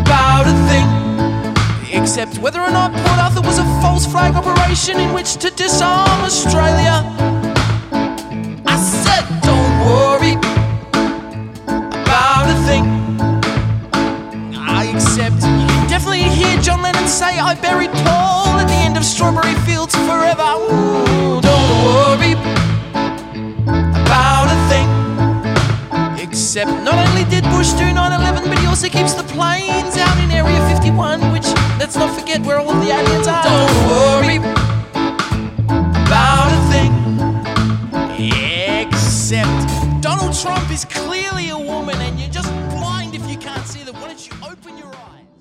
C: about a thing. Except whether or not Port Arthur was a false flag operation in which to disarm Australia. I said, don't worry about a thing. I accept. You can definitely hear John Lennon say, I buried Paul at the end of Strawberry Fields forever. Ooh, don't worry about a thing. Except not only did Bush do 9-11, but he also keeps the planes out in Area 51, which let's not forget where all the aliens are. Don't worry about a thing. Except Donald Trump is clearly a woman, and you're just blind if you can't see them. Why don't you open your eyes?